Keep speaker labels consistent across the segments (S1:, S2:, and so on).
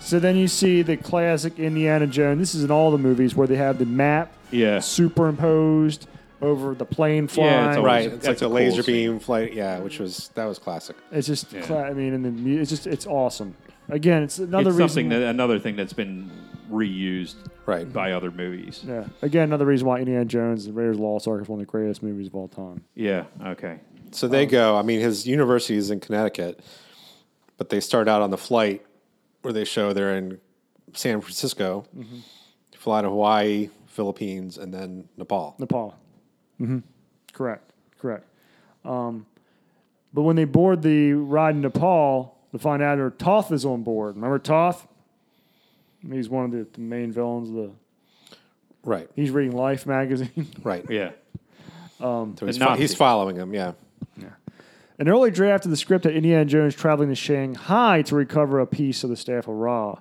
S1: So then you see the classic Indiana Jones. This is in all the movies where they have the map
S2: Yeah.
S1: superimposed over the plane flying.
S2: Yeah, it's always-
S3: Right, it's
S2: That's
S3: like
S2: a
S3: the
S2: cool
S3: laser
S2: scene.
S3: beam flight. Yeah, which was that was classic.
S1: It's just, cla- I mean, and the, mu- it's just, it's awesome. Again, it's another
S2: it's
S1: reason.
S2: something that another thing that's been reused
S3: Right.
S2: by other movies. Yeah.
S1: yeah. Again, another reason why Indiana Jones and Raiders of the Lost Ark is one of the greatest movies of all time.
S2: Okay.
S3: So they go. I mean, his university is in Connecticut, but they start out on the flight where they show they're in San Francisco, fly to Hawaii, Philippines, and then Nepal.
S1: Nepal. Mm-hmm. Correct. Correct. Um, but when they board the ride in Nepal, they find out that Toth is on board. Remember Toth? He's one of the, the main villains. Of the
S3: Right,
S1: he's reading Life magazine.
S3: right.
S2: Yeah.
S1: Um,
S3: So he's,
S2: The
S3: fo-
S2: Nazi.
S3: he's following him. Yeah,
S1: An early draft of the script had Indiana Jones traveling to Shanghai to recover a piece of the Staff of Ra.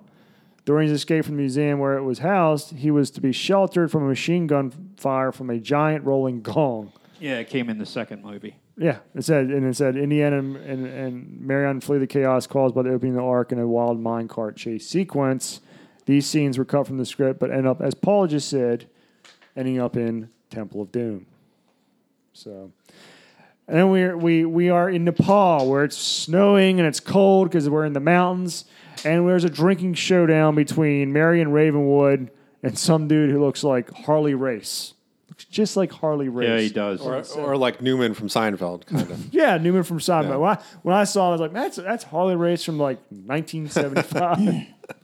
S1: During his escape from the museum where it was housed, he was to be sheltered from a machine gun fire from a giant rolling gong.
S2: Yeah, it came in the second movie.
S1: Yeah, it said, and it said Indiana and, and, and Marion flee the chaos caused by the opening of the ark in a wild minecart chase sequence. These scenes were cut from the script, but end up, as Paul just said, ending up in Temple of Doom. So, and then we're, we we are in Nepal where it's snowing and it's cold because we're in the mountains, and there's a drinking showdown between Marion Ravenwood and some dude who looks like Harley Race. Looks just like Harley Race.
S2: Yeah, he does.
S3: or, or like Newman from Seinfeld, kind of.
S1: Yeah, Newman from Sodom. When, I, when I saw him, I was like, that's that's Harley Race from like 1975.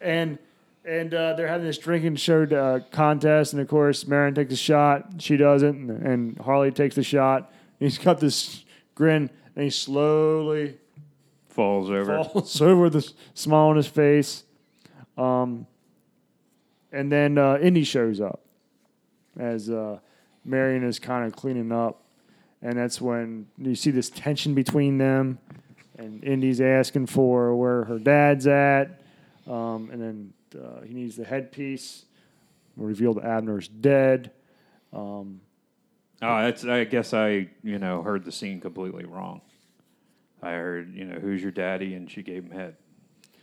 S1: and and uh, they're having this drinking show uh, contest, and of course, Marin takes a shot, she doesn't, and, and Harley takes the shot. And he's got this grin, and he slowly
S2: Falls over.
S1: falls over with a s- smile on his face. Um, and then uh, Indy shows up as uh, Marion is kind of cleaning up. And that's when you see this tension between them. And Indy's asking for where her dad's at. Um, and then uh, he needs the headpiece. We reveal that Abner's dead.
S2: Oh, that's. I guess I, you know, heard the scene completely wrong. I heard, you know, who's your daddy, and she gave him head.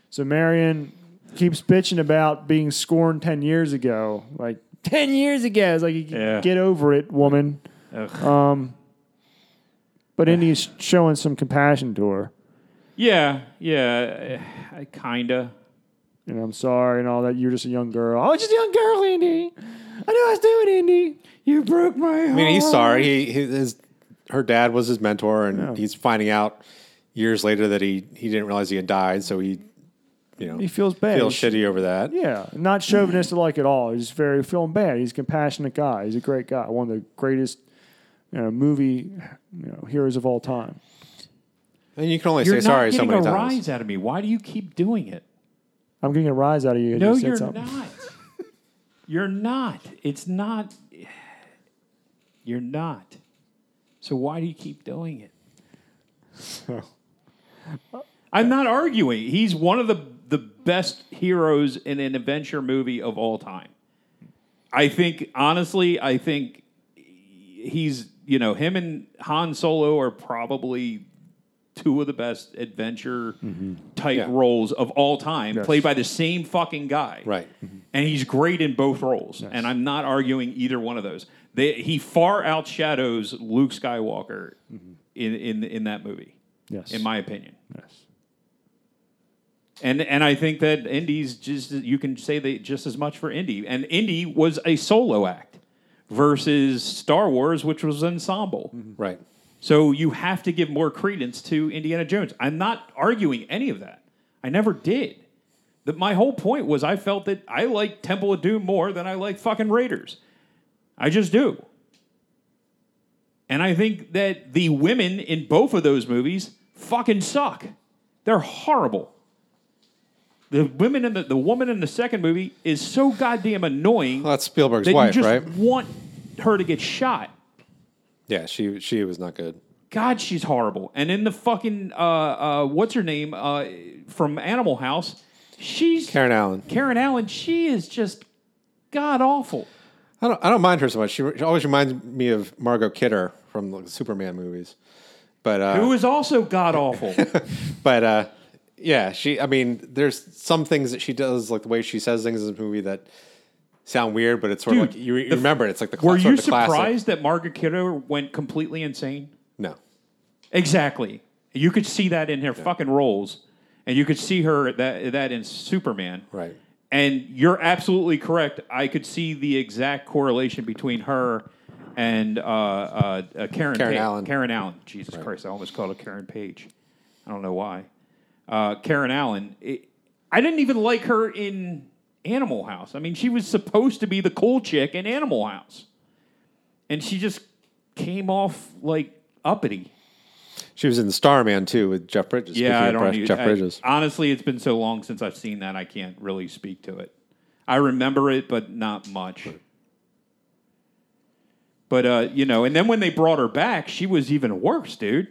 S1: So Marion keeps bitching about being scorned 10 years ago. Like, 10 years ago. It's like, you
S2: Yeah.
S1: get over it, woman. Um,
S2: Ugh.
S1: But Indy's showing some compassion to her.
S2: yeah, yeah, eh, I, I kinda.
S1: And I'm sorry and all that. You're just a young girl. I was just a young girl, Indy. I knew I was doing, Indy. You broke my heart.
S3: I mean, he's sorry. He he- his her dad was his mentor, and he's finding out years later that he he didn't realize he had died. So he, you know,
S1: He feels bad.
S3: feels
S1: He sh-
S3: shitty over that.
S1: Yeah, not chauvinistic like at all. He's very feeling bad. He's a compassionate guy. He's a great guy. One of the greatest you know, movie you know, heroes of all time.
S3: And you can only
S2: You're
S3: say
S2: not
S3: sorry so
S2: getting
S3: many
S2: a
S3: times.
S2: rise out of me. Why do you keep doing it?
S1: I'm getting a rise out of you.
S2: No,
S1: you said
S2: you're
S1: something.
S2: not. you're not. It's not. You're not. So why do you keep doing it? I'm not arguing. He's one of the the best heroes in an adventure movie of all time. I think honestly, I think he's you know him and Han Solo are probably two of the best adventure
S1: Mm-hmm.
S2: type
S3: Yeah.
S2: roles of all time, played by the same fucking guy.
S3: Right.
S2: Mm-hmm. And he's great in both roles, and I'm not arguing either one of those. They, he far outshadows Luke Skywalker in, in in that movie,
S1: Yes.
S2: in my opinion.
S1: Yes.
S2: And and I think that Indy's just you can say they just as much for Indy. And Indy was a solo act versus Star Wars, which was ensemble.
S3: Right.
S2: So you have to give more credence to Indiana Jones. I'm not arguing any of that. I never did. That my whole point was I felt that I like Temple of Doom more than I like fucking Raiders. I just do. And I think that the women in both of those movies fucking suck. They're horrible. The women in the, the woman in the second movie is so goddamn annoying
S3: Well, that's Spielberg's
S2: that
S3: wife,
S2: you just
S3: right?
S2: want her to get shot.
S3: Yeah, she she was not good.
S2: God, she's horrible. And in the fucking uh, uh, what's her name uh, from Animal House, she's
S3: Karen Allen.
S2: Karen Allen. She is just god awful.
S3: I don't I don't mind her so much. She, she always reminds me of Margot Kidder from the Superman movies. But uh,
S2: Who is also god awful.
S3: but uh, yeah, she. I mean, there's some things that she does, like the way she says things in this movie that sound weird, but it's sort
S2: Dude,
S3: of like you, you
S2: the-
S3: remember. it. It's like the cla-
S2: Were
S3: sort
S2: you
S3: of the classic-
S2: surprised that Margaret Kidder went completely insane?
S3: No,
S2: Exactly. You could see that in her fucking roles, and you could see her that that in Superman.
S3: right.
S2: And you're absolutely correct. I could see the exact correlation between her and uh, uh, uh, Karen
S3: Karen
S2: Pa-
S3: Allen.
S2: Karen Allen. Jesus Christ! I almost called her Karen Page. I don't know why. Uh, Karen Allen. It, I didn't even like her in Animal House. I mean, she was supposed to be the cool chick in Animal House, and she just came off like uppity.
S3: She was in Starman too with Jeff Bridges.
S2: Yeah,
S3: Speaking
S2: I
S3: of
S2: don't.
S3: Bri-
S2: e-
S3: Jeff
S2: I-
S3: Bridges.
S2: honestly, it's been so long since I've seen that I can't really speak to it. I remember it, but not much. But uh, you know, and then when they brought her back, she was even worse, dude.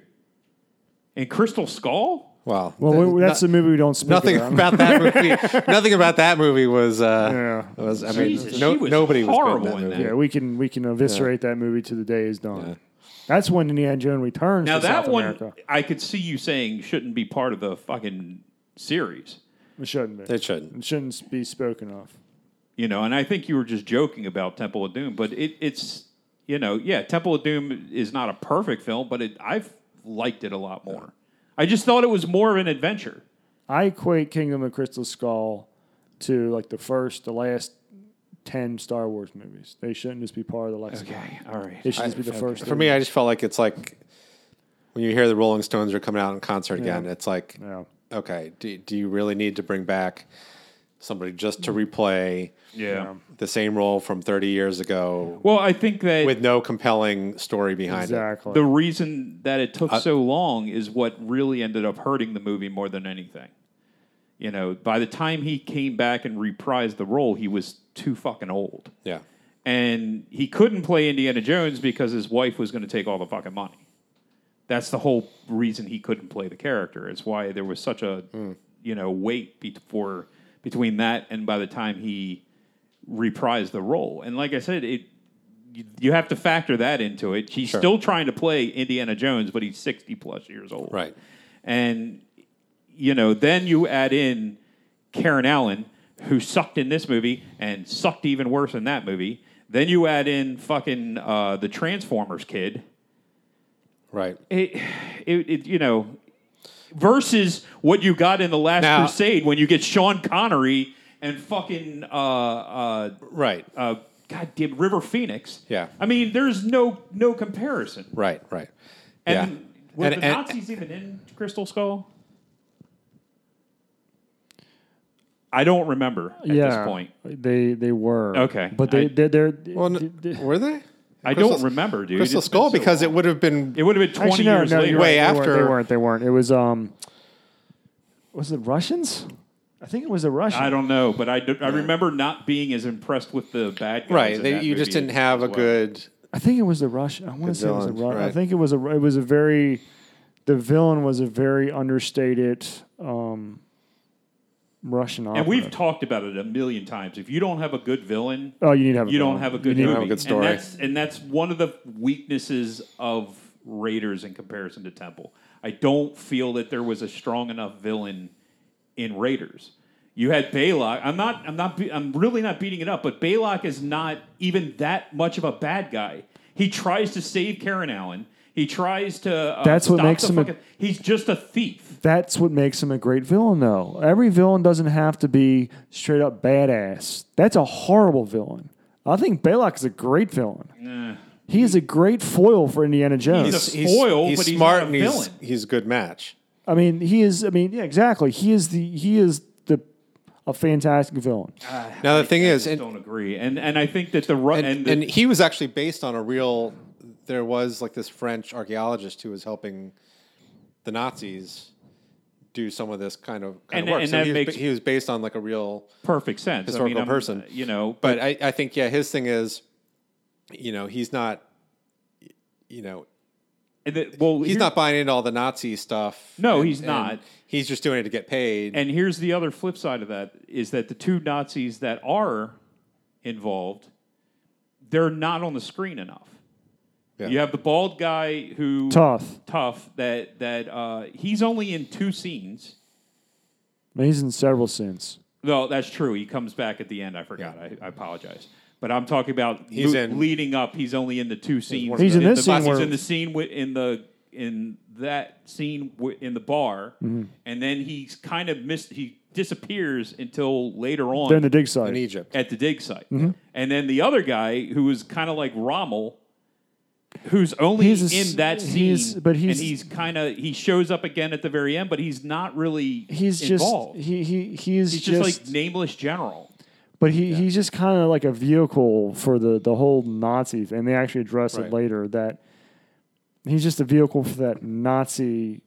S2: And Crystal Skull,
S3: Wow.
S1: Well,
S3: Th-
S1: we- that's the movie we don't speak
S3: nothing
S1: about.
S3: about that movie. nothing about that movie was. Uh,
S1: Yeah.
S3: was I mean,
S2: Jesus,
S3: no,
S2: she was
S3: nobody was
S2: horrible
S3: good
S2: in
S3: in that.
S2: that.
S3: movie.
S1: Yeah, we can we can eviscerate that movie to the day is done. That's when Indiana Jones returns.
S2: now
S1: to
S2: that
S1: South
S2: one
S1: America.
S2: I could see you saying shouldn't be part of the fucking series,
S1: it shouldn't be.
S3: It shouldn't.
S1: It shouldn't be spoken of.
S2: you know. And I think you were just joking about Temple of Doom, but it, it's you know, yeah, Temple of Doom is not a perfect film, but it, I've liked it a lot more. I just thought it was more of an adventure.
S1: I equate Kingdom of Crystal Skull to like the first, the last ten Star Wars movies. They shouldn't just be part of the lexicon.
S2: Okay, all right.
S1: They should just be the first.
S3: For me, I just felt like it's like when you hear the Rolling Stones are coming out in concert again. It's like,
S1: yeah.
S3: okay, do, do you really need to bring back somebody just to replay
S2: Yeah.
S3: the same role from 30 years ago
S2: Well, I think that
S3: with no compelling story behind
S1: exactly.
S2: the reason that it took so long is what really ended up hurting the movie more than anything. You know, by the time he came back and reprised the role, he was too fucking old.
S3: it? Yeah.
S2: And he couldn't play Indiana Jones because his wife was going to take all the fucking money. That's the whole reason he couldn't play the character. It's why there was such a, you know, wait before between that and by the time he reprised the role. And like I said, it you, you have to factor that into it. He's still trying to play Indiana Jones, but he's 60 plus years old.
S3: Right.
S2: And, you know, then you add in Karen Allen, who sucked in this movie and sucked even worse in that movie. Then you add in fucking uh, the Transformers kid.
S3: Right.
S2: It, it, it, you know, versus what you got in The Last
S3: Now-
S2: Crusade when you get Sean Connery and fucking, uh, uh,
S3: Right.
S2: uh, God damn, River Phoenix.
S3: Yeah.
S2: I mean, there's no no comparison.
S3: Right. Right.
S2: And
S3: yeah.
S2: were
S3: And-
S2: the
S3: and-
S2: Nazis even in Crystal Skull? I don't remember at
S1: yeah,
S2: this point.
S1: they they were
S2: Okay.
S1: but they
S2: I-
S1: they they're
S3: well,
S1: d-
S3: n-
S1: d-
S3: were they?
S2: I
S3: Crystal-
S2: don't remember, dude.
S3: Crystal
S2: It's been
S3: Skull
S2: so
S3: because it
S2: long.
S3: would have been
S2: it would have been 20
S1: actually no
S2: years
S1: no
S2: later.
S1: you're
S3: Way
S1: right, they weren't-
S3: after-
S1: they weren't they weren't it was um was it Russians? I think it was the Russians.
S2: I don't know, but I, do- I remember not being as impressed with the bad guys.
S3: right.
S2: in
S3: They,
S2: that
S3: you just
S2: movie
S3: didn't have
S2: as
S3: a
S2: well.
S3: good.
S1: I think it was the Russian. I want to say it was a
S3: villain,
S1: Russian. I
S3: right.
S1: think it was a. It was a very. The villain was a very understated um, Russian.
S2: And we've talked about it a million times. If you don't have a good villain,
S1: oh, you need to have. A
S2: you
S1: villain.
S2: don't have a good
S1: You
S2: movie.
S1: need-
S3: have a good story.
S2: And that's, and that's one of the weaknesses of Raiders in comparison to Temple. I don't feel that there was a strong enough villain in Raiders. You had Baylock. I'm not. I'm not. be- I'm really not beating it up. But Baylock is not even that much of a bad guy. He tries to save Karen Allen. He tries to. Uh,
S1: That's what
S2: stop
S1: makes
S2: the
S1: him a-
S2: fucking- he's just a thief.
S1: That's what makes him a great villain, though. Every villain doesn't have to be straight up badass. That's a horrible villain. I think Balak is a great villain. He is a great foil for Indiana Jones.
S2: He's a foil, but he's not a
S3: and he's,
S2: villain.
S3: he's a good match.
S1: I mean, he is. I mean, yeah, exactly. He is the. He is the. A fantastic villain.
S3: Now the thing is,
S2: I
S3: and,
S2: don't agree. And and I think that the ru-
S3: and,
S2: and, the,
S3: and he was actually based on a real. There was like this French archaeologist who was helping the Nazis do some of this kind of kind
S2: And-
S3: of work.
S2: and
S3: so
S2: that
S3: he, was,
S2: makes-
S3: he was based on like a real.
S2: perfect sense. I
S3: historical
S2: mean, I'm-
S3: person.
S2: You know,
S3: But I, I think yeah, his thing is, you know, he's not, you know,
S2: and the, well,
S3: he's not buying into all the Nazi stuff.
S2: No, he's not.
S3: He's just doing it to get paid.
S2: And here's the other flip side of that is that the two Nazis that are involved, they're not on the screen enough.
S3: Yeah.
S2: You have the bald guy who
S1: Tough.
S2: tough that that uh, he's only in two scenes,
S1: I mean, he's in several sins.
S2: No, that's true. He comes back at the end. I forgot. I, I apologize. But I'm talking about
S3: He's
S2: lo-
S3: in-
S2: leading up. He's only in the two scenes.
S1: He's in
S2: the-
S1: this scene
S2: He's
S1: where-
S2: in the scene wi- in the in that scene wi- in the bar,
S1: Mm-hmm.
S2: and then he's kind of missed. He disappears until later on
S1: They're in the Mm-hmm. dig site.
S3: in Egypt.
S2: at the dig site. And then the other guy who is kind of like Rommel, who's only
S1: He's a s-
S2: in that scene,
S1: he's- but he's-
S2: and he's kind of he shows up again at the very end, but he's not really
S1: he's
S2: involved.
S1: just he he he's,
S2: he's
S1: just,
S2: just, like nameless general.
S1: but he he's just kind of like a vehicle for the the whole Nazi thing. They actually address
S3: Right.
S1: it later that he's just a vehicle for that Nazi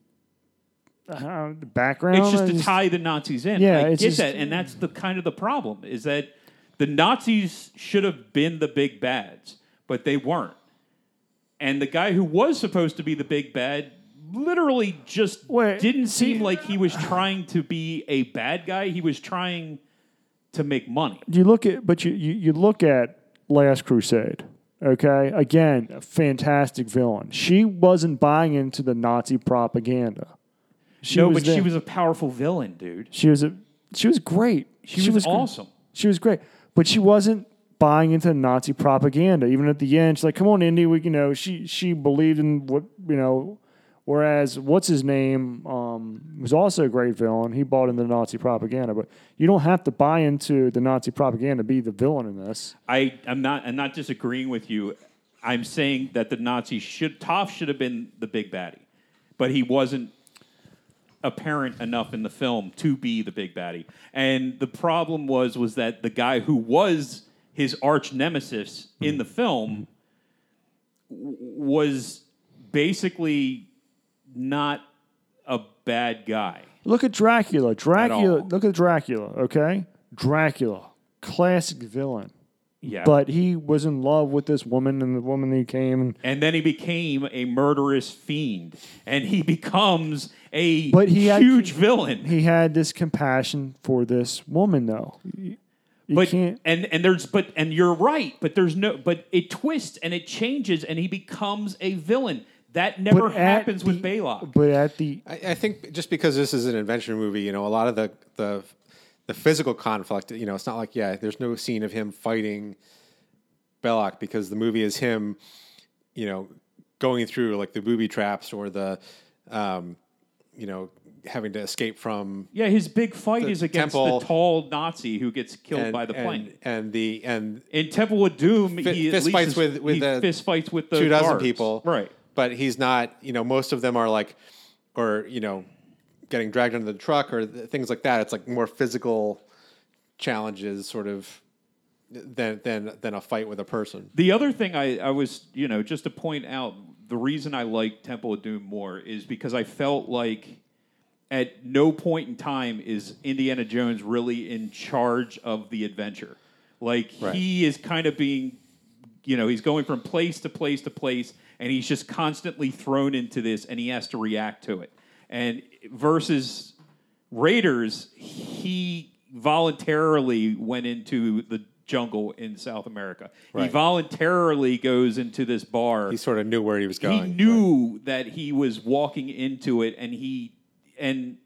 S1: uh, background.
S2: It's just
S1: I
S2: to tie the Nazis in.
S1: Yeah,
S2: I get
S1: it's just-
S2: that, and that's the kind of the problem is that the Nazis should have been the big bads, but they weren't. And the guy who was supposed to be the big bad literally just
S1: Wait,
S2: didn't seem like he was trying to be a bad guy. He was trying to make money.
S1: you look at but you, you you look at Last Crusade. Okay, again, a fantastic villain. She wasn't buying into the Nazi propaganda. She
S2: no, but she
S1: there.
S2: was a powerful villain, dude.
S1: She was a she was great. She,
S2: was
S1: gr-
S2: awesome.
S1: She was great, but she wasn't buying into Nazi propaganda. Even at the end, she's like, "Come on, Indy, we you know." She she believed in what you know. Whereas what's his name um, was also a great villain. He bought into Nazi propaganda, but you don't have to buy into the Nazi propaganda to be the villain in this.
S2: I I'm not I'm not disagreeing with you. I'm saying that the Nazis should Toff should have been the big baddie, but he wasn't apparent enough in the film to be the big baddie. And the problem was was that the guy who was his arch nemesis in the film w- was basically not a bad guy.
S1: Look at Dracula. Dracula.
S3: all.
S1: Look at Dracula. Okay, Dracula, classic villain.
S2: Yeah.
S1: But he was in love with this woman, and the woman he came and
S2: and then he became a murderous fiend and he becomes a
S1: But he had-
S2: huge villain.
S1: he had this compassion for this woman though. You, you
S2: but
S1: can't
S2: and and there's but and you're right but there's no but it twists and it changes and he becomes a villain that never
S1: at
S2: happens with
S1: the-
S2: Baylock
S1: but at the
S3: I, I think just because this is an adventure movie, you know, a lot of the the the physical conflict, you know, it's not like yeah, there's no scene of him fighting Belloc because the movie is him, you know, going through like the booby traps or the, um, you know, having to escape from
S2: yeah his big fight
S3: The
S2: is against
S3: temple-
S2: the tall Nazi who gets killed
S3: and,
S2: by the plane
S3: and, and the and
S2: in Temple of Doom he at
S3: fist
S2: least
S3: fights
S2: is-
S3: with- with
S2: he
S3: the
S2: fist fights with the
S3: two dozen
S2: guards.
S3: people.
S2: right
S3: But he's not, you know, most of them are like, or, you know, getting dragged under the truck or th- things like that. It's like more physical challenges sort of than, than, than a fight with a person.
S2: The other thing I, I was, you know, just to point out, the reason I like Temple of Doom more is because I felt like at no point in time is Indiana Jones really in charge of the adventure. Like he is kind of being, you know, he's going from place to place to place, and he's just constantly thrown into this, and he has to react to it. And versus Raiders, he voluntarily went into the jungle in South America. He
S3: Right.
S2: voluntarily goes into this bar.
S3: He sort of knew where he was
S2: he
S3: going.
S2: knew that he was walking into it, and he and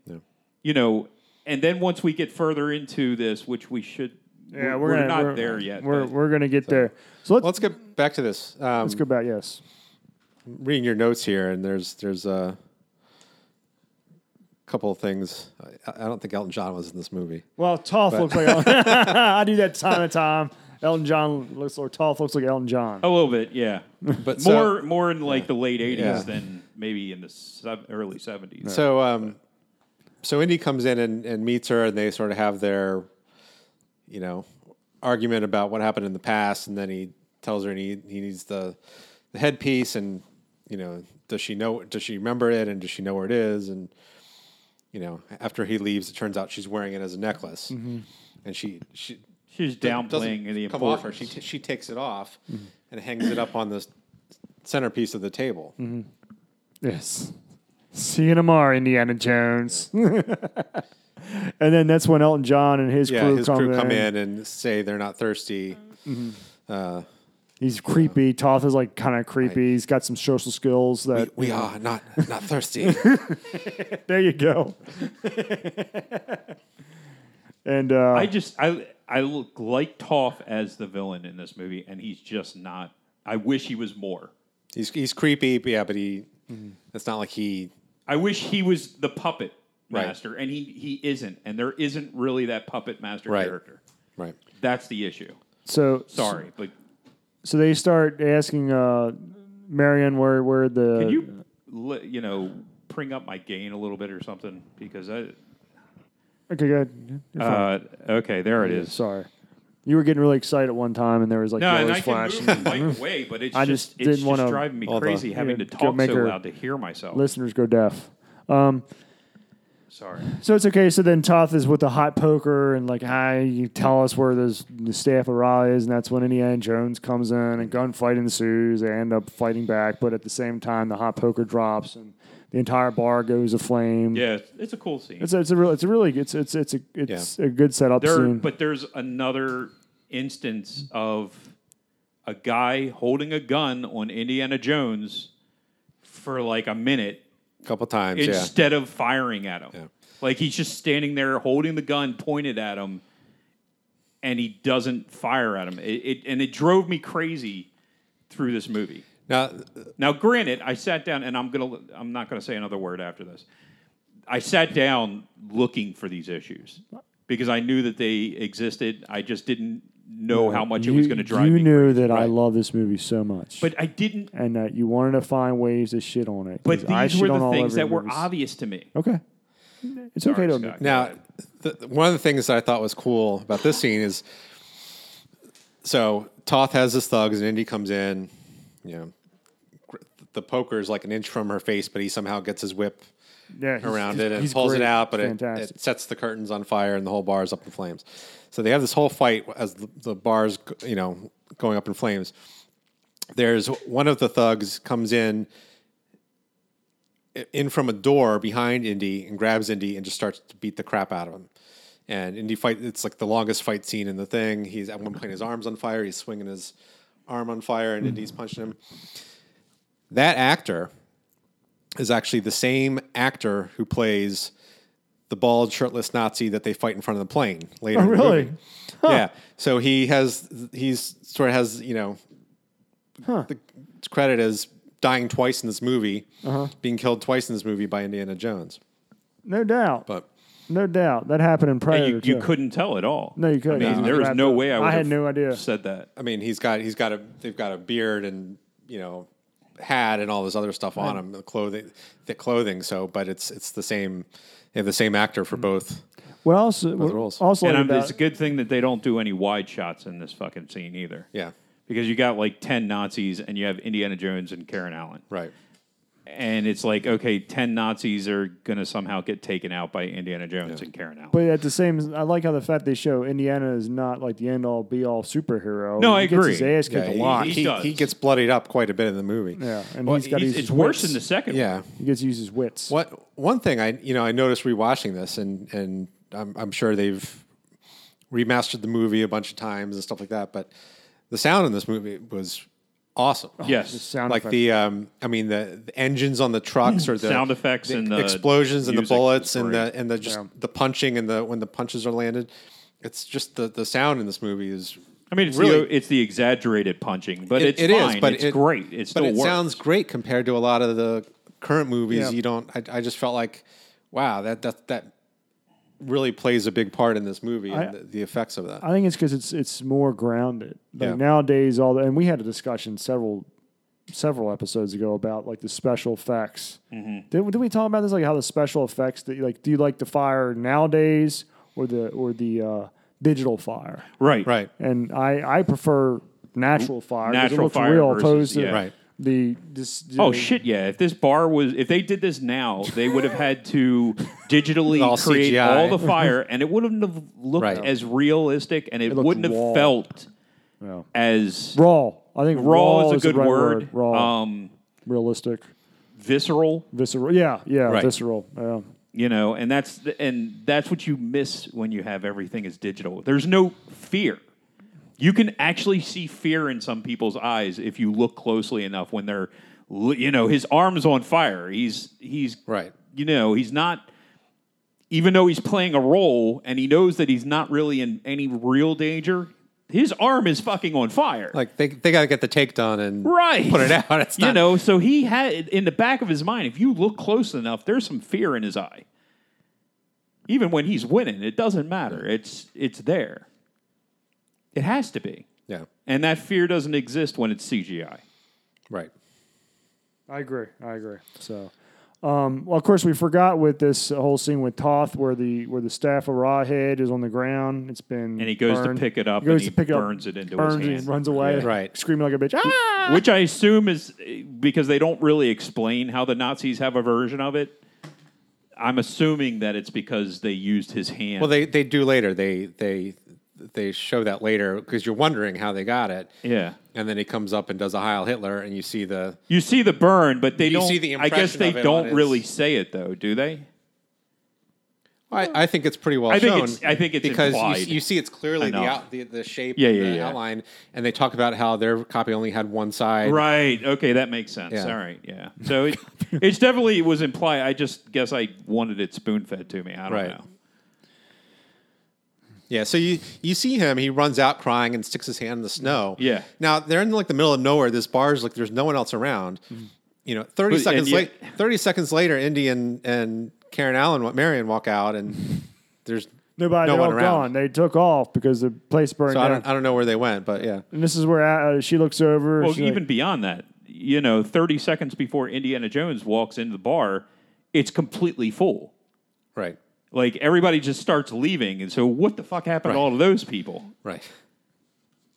S2: you know, and then once we get further into this, which we should,
S1: yeah,
S2: we're,
S1: we're,
S2: we're
S1: gonna-
S2: not
S1: we're-
S2: there yet.
S1: We're
S2: but-
S1: we're gonna get there. So let's
S3: Well, let's get back to this. Um,
S1: let's go back. Yes,
S3: reading your notes here, and there's there's a couple of things. I, I don't think Elton John was in this movie.
S1: well, Toff looks like I do that time to time. Elton John looks or Toff looks like Elton John.
S2: a little bit, yeah,
S3: But so-
S2: more more in like the late '80s
S3: Yeah.
S2: than maybe in the sev- early '70s.
S3: So, um, so Indy comes in and, and meets her, and they sort of have their, you know, argument about what happened in the past, and then he tells her he he needs the, the headpiece, and you know, does she know? Does she remember it? And does she know where it is? And you know, after he leaves, it turns out she's wearing it as a necklace, and she she
S2: She's
S3: doesn't
S2: downplaying the
S3: come off her.
S2: importance.
S3: She t- she takes it off and hangs it up on the centerpiece of the table.
S1: Yes. See you tomorrow, Indiana Jones. and then that's when Elton John and his
S3: yeah,
S1: crew
S3: his
S1: come
S3: crew
S1: in.
S3: come in and say they're not thirsty. Uh,
S1: He's creepy. Toth is like kind of creepy. He's got some social skills that.
S3: We are not not thirsty.
S1: there you go. and uh,
S2: I just I I look like Toph as the villain in this movie, and he's just not. I wish he was more.
S3: he's he's creepy, but yeah, but he. It's not like he.
S2: I wish he was the puppet
S3: Right.
S2: master, and he he isn't, and there isn't really that puppet master
S3: Right.
S2: character.
S3: Right.
S2: That's the issue.
S1: so
S2: Sorry, but
S1: So they start asking uh, Marion where where the
S2: can you li- you know bring up my gain a little bit or something because I
S1: okay good You're fine.
S2: uh, okay there it is.
S1: sorry you were getting really excited at one time and there was like
S2: No,
S1: yellowish
S2: and I can
S1: flash
S2: move
S1: and
S2: the mic away, but it's
S1: I
S2: just,
S1: just
S2: it's
S1: didn't wanna-
S2: just driving me
S3: Hold on.
S2: crazy having
S1: Yeah,
S2: to
S1: go
S2: talk
S1: make
S2: so
S1: her-
S2: loud to hear myself.
S1: listeners go deaf.
S2: Sorry.
S1: So it's okay. So then Toth is with the hot poker and like, hi, you tell us where those, the staff of Ra is, and that's when Indiana Jones comes in and gunfight ensues. They end up fighting back, but at the same time, the hot poker drops and the entire bar goes aflame.
S2: Yeah, it's, it's a cool scene.
S1: It's a, it's a real, it's a really, it's it's it's a it's a good setup
S2: there,
S1: scene.
S2: but there's another instance of a guy holding a gun on Indiana Jones for like a minute
S3: A couple times. yeah.
S2: instead of firing at him.
S3: Yeah.
S2: Like he's just standing there holding the gun pointed at him, and he doesn't fire at him. It, it and it drove me crazy through this movie.
S3: Now,
S2: Now, granted, I sat down, and I'm gonna I'm not gonna say another word after this. I sat down looking for these issues because I knew that they existed. I just didn't know how much it was
S1: You-
S2: going to drive
S1: You
S2: me.
S1: knew that I love this movie so much,
S2: But I didn't.
S1: and that you wanted to find ways to shit on it.
S2: But
S1: 'cause I
S2: these
S1: shit
S2: were
S1: on
S2: the
S1: all
S2: things
S1: of
S2: that
S1: your
S2: were
S1: movies.
S2: obvious to me.
S1: okay. It's okay
S2: Sorry,
S1: to
S2: Scott.
S1: admit.
S3: now, th- one of the things that I thought was cool about this scene is, so Toth has his thugs, and Indy comes in. You know, gr- the poker is like an inch from her face, but he somehow gets his whip
S1: Yeah, he's-
S3: around
S1: he's-
S3: it and
S1: he's
S3: pulls
S1: great.
S3: it out, but it,
S1: fantastic.
S3: it sets the curtains on fire and the whole bar is up in flames. So they have this whole fight as the, the bar's you know going up in flames. There's one of the thugs comes in in from a door behind Indy and grabs Indy and just starts to beat the crap out of him. And Indy fight it's like the longest fight scene in the thing. He's at one point his arms on fire, he's swinging his arm on fire
S1: Hmm.
S3: and Indy's punching him. That actor is actually the same actor who plays the bald shirtless Nazi that they fight in front of the plane later.
S1: Oh,
S3: in the
S1: really?
S3: movie. Yeah. So he has he's sort of has you know the credit as dying twice in this movie,
S1: Uh-huh.
S3: being killed twice in this movie by Indiana Jones.
S1: No doubt.
S3: But
S1: no doubt. That happened in Predator.
S2: You, you
S1: too.
S2: couldn't tell at all.
S1: No, you couldn't.
S2: I mean,
S1: No.
S2: there was
S1: Wrapped
S2: no
S1: up.
S2: way I
S1: I
S2: would
S1: had no idea.
S2: said that.
S3: I mean, he's got he's got a they've got a beard and you know hat and all this other stuff on him, the clothing, the clothing. So, but it's it's the same. They have the same actor
S1: Hmm.
S3: for both.
S1: What else?
S3: the rules.
S1: What, also,
S2: And
S1: like
S2: I'm,
S1: about-
S2: it's a good thing that they don't do any wide shots in this fucking scene either.
S3: Yeah.
S2: Because you got like 10 Nazis and you have Indiana Jones and Karen Allen.
S3: Right.
S2: and it's like okay 10 nazis are going to somehow get taken out by indiana jones and karen allen
S1: but at the same, I like how the fact they show Indiana is not like the end all be all superhero.
S2: No,
S1: he
S2: I
S1: gets
S2: agree.
S1: His ass
S3: Yeah,
S1: kicked a lot.
S3: he,
S2: He
S3: he,
S2: does.
S3: he gets bloodied up quite a bit in the movie.
S1: yeah, and
S3: Well,
S1: he's got
S3: he's-
S1: his
S2: it's worse
S1: wits.
S2: in the second
S3: Yeah.
S1: He gets to use his wits.
S3: What one thing I you know I noticed rewatching this and and I'm, I'm sure they've remastered the movie a bunch of times and stuff like that, but the sound in this movie was awesome.
S2: one. yes
S1: Sound
S3: like
S1: effect.
S3: the um, I mean the, the engines on the trucks or the
S2: Sound effects
S3: the
S2: and the
S3: explosions and the
S2: music was
S3: bullets and
S2: great.
S3: the and the just the punching and the when the punches are landed. It's just the the sound in this movie is
S2: i mean it's,
S3: Really?
S2: the, it's the exaggerated punching but
S3: it-
S2: it's
S3: it is,
S2: fine it's
S3: it-
S2: great it still
S3: but it
S2: works
S3: sounds great compared to a lot of the current movies.
S1: Yeah.
S3: You don't. I, I just felt like, wow, that that that really plays a big part in this movie and
S1: I-
S3: the, the effects of that.
S1: I think it's because it's it's more grounded. Like
S3: Yeah.
S1: nowadays, all the, and we had a discussion several several episodes ago about like the special effects.
S2: Mm-hmm.
S1: Did, did we talk about this? Like how the special effects that you like do you like the fire nowadays or the or the uh, digital fire?
S2: right
S3: right.
S1: And I I prefer natural fire. 'cause it
S2: Natural
S1: looks
S2: fire
S1: real
S2: versus-
S1: opposed to
S2: yeah.
S3: Right.
S1: the this.
S2: oh
S1: the-
S2: shit yeah if this bar was if they did this now they would have had to digitally
S3: All
S2: create
S3: CGI.
S2: all the fire and it wouldn't have looked
S3: Right.
S2: as realistic and it,
S1: looked
S2: wouldn't
S1: raw.
S2: have felt
S1: Yeah.
S2: as
S1: Raw. I think
S2: raw, is a
S1: the
S2: good
S1: right
S2: word,
S1: Raw,
S2: um
S1: realistic,
S2: visceral
S1: visceral. Yeah, yeah,
S3: Right.
S1: visceral. Yeah.
S2: you know and that's the, and that's what you miss when you have everything is digital there's no fear You can actually see fear in some people's eyes if you look closely enough when they're, l- you know, his arm's on fire. He's, he's,
S3: Right.
S2: you know, he's not, even though he's playing a role and he knows that he's not really in any real danger, his arm is fucking on fire.
S3: Like they they got to get the take done and
S2: right.
S3: put it out. It's
S2: you
S3: not-
S2: know, so he had in the back of his mind, if you look close enough, there's some fear in his eye. Even when he's winning, it doesn't matter. It's it's there. It has to be.
S3: Yeah.
S2: And that fear doesn't exist when it's CGI.
S3: Right.
S1: I agree. I agree. So, um, well, of course, we forgot with this whole scene with Toth, where the where the staff of Rawhead is on the ground. It's been
S2: And he goes
S1: burned.
S2: to pick it up
S1: He goes
S2: and he
S1: to pick it up,
S2: burns it into
S1: burns
S2: his
S1: it,
S2: hand.
S1: runs away,
S3: Right.
S1: Screaming like a bitch. Ah!
S2: Which I assume is eh, because they don't really explain how the Nazis have a version of it. I'm assuming that it's because they used his hand.
S3: Well, they they do later. They they they show that later because you're wondering how they got it.
S2: yeah.
S3: And then he comes up and does a Heil Hitler, and you see the
S2: You see the burn, but they
S3: You
S2: don't.
S3: see the
S2: I guess
S3: impression
S2: they
S3: of it on
S2: don't
S3: his-
S2: really say it though, do they?
S3: I, I think it's pretty well
S2: I think
S3: shown.
S2: it's- I think it's
S3: because
S2: implied
S3: you, you see it's clearly the,
S2: enough.
S3: out, the the shape,
S2: Yeah,
S3: and
S2: yeah,
S3: the
S2: yeah.
S3: outline, and they talk about how their copy only had one side.
S2: Right. Okay, that makes sense.
S3: Yeah.
S2: All right. Yeah. So it, it's definitely it was implied. I just guess I wanted it spoon fed to me. I don't
S3: Right.
S2: know.
S3: Yeah, so you you see him, he runs out crying and sticks his hand in the snow.
S2: Yeah.
S3: Now they're in like the middle of nowhere. This bar's like there's no one else around. You know, thirty
S2: Mm-hmm. But- and
S3: seconds late.
S2: yet-
S3: Thirty seconds later, Indy and, and Karen Allen, wa- Marion walk out, and there's
S1: Nobody,
S3: no
S1: they're
S3: one
S1: all
S3: around.
S1: gone. They took off because the place burned
S3: So I
S1: down.
S3: don't I don't know where they went, but yeah,
S1: and this is where uh, she looks over.
S2: Well,
S1: she's like-
S2: even beyond that, you know, thirty seconds before Indiana Jones walks into the bar, it's completely full.
S3: right,
S2: Like everybody just starts leaving, and so what the fuck happened to
S3: Right.
S2: all of those people?
S3: right,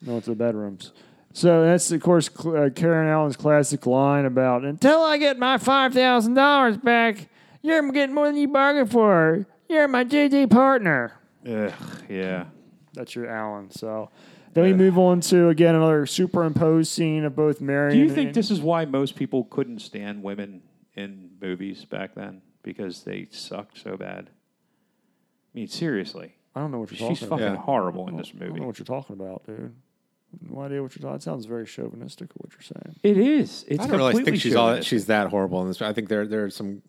S1: No, it's the bedrooms. So that's of course cl- uh, Karen Allen's classic line about "Until I get my five thousand dollars back, you're getting more than you bargained for. You're my JD partner."
S2: Ugh, yeah.
S1: That's your Allen. So then we move on to again another superimposed scene of both Mary.
S2: Do you
S1: and-
S2: think
S1: and-
S2: this is why most people couldn't stand women in movies back then because they sucked so bad? I mean, seriously,
S1: I don't know what you're
S2: she's
S1: talking. about.
S2: fucking
S3: Yeah.
S2: horrible in this
S1: I don't know
S2: movie.
S1: what you're talking about, dude. No idea what you're talking. That sounds very chauvinistic. What you're saying.
S2: It is. It's
S3: I don't really think
S2: completely
S3: she's all that
S2: chauvinistic.
S3: she's that horrible in this. I think there there are some.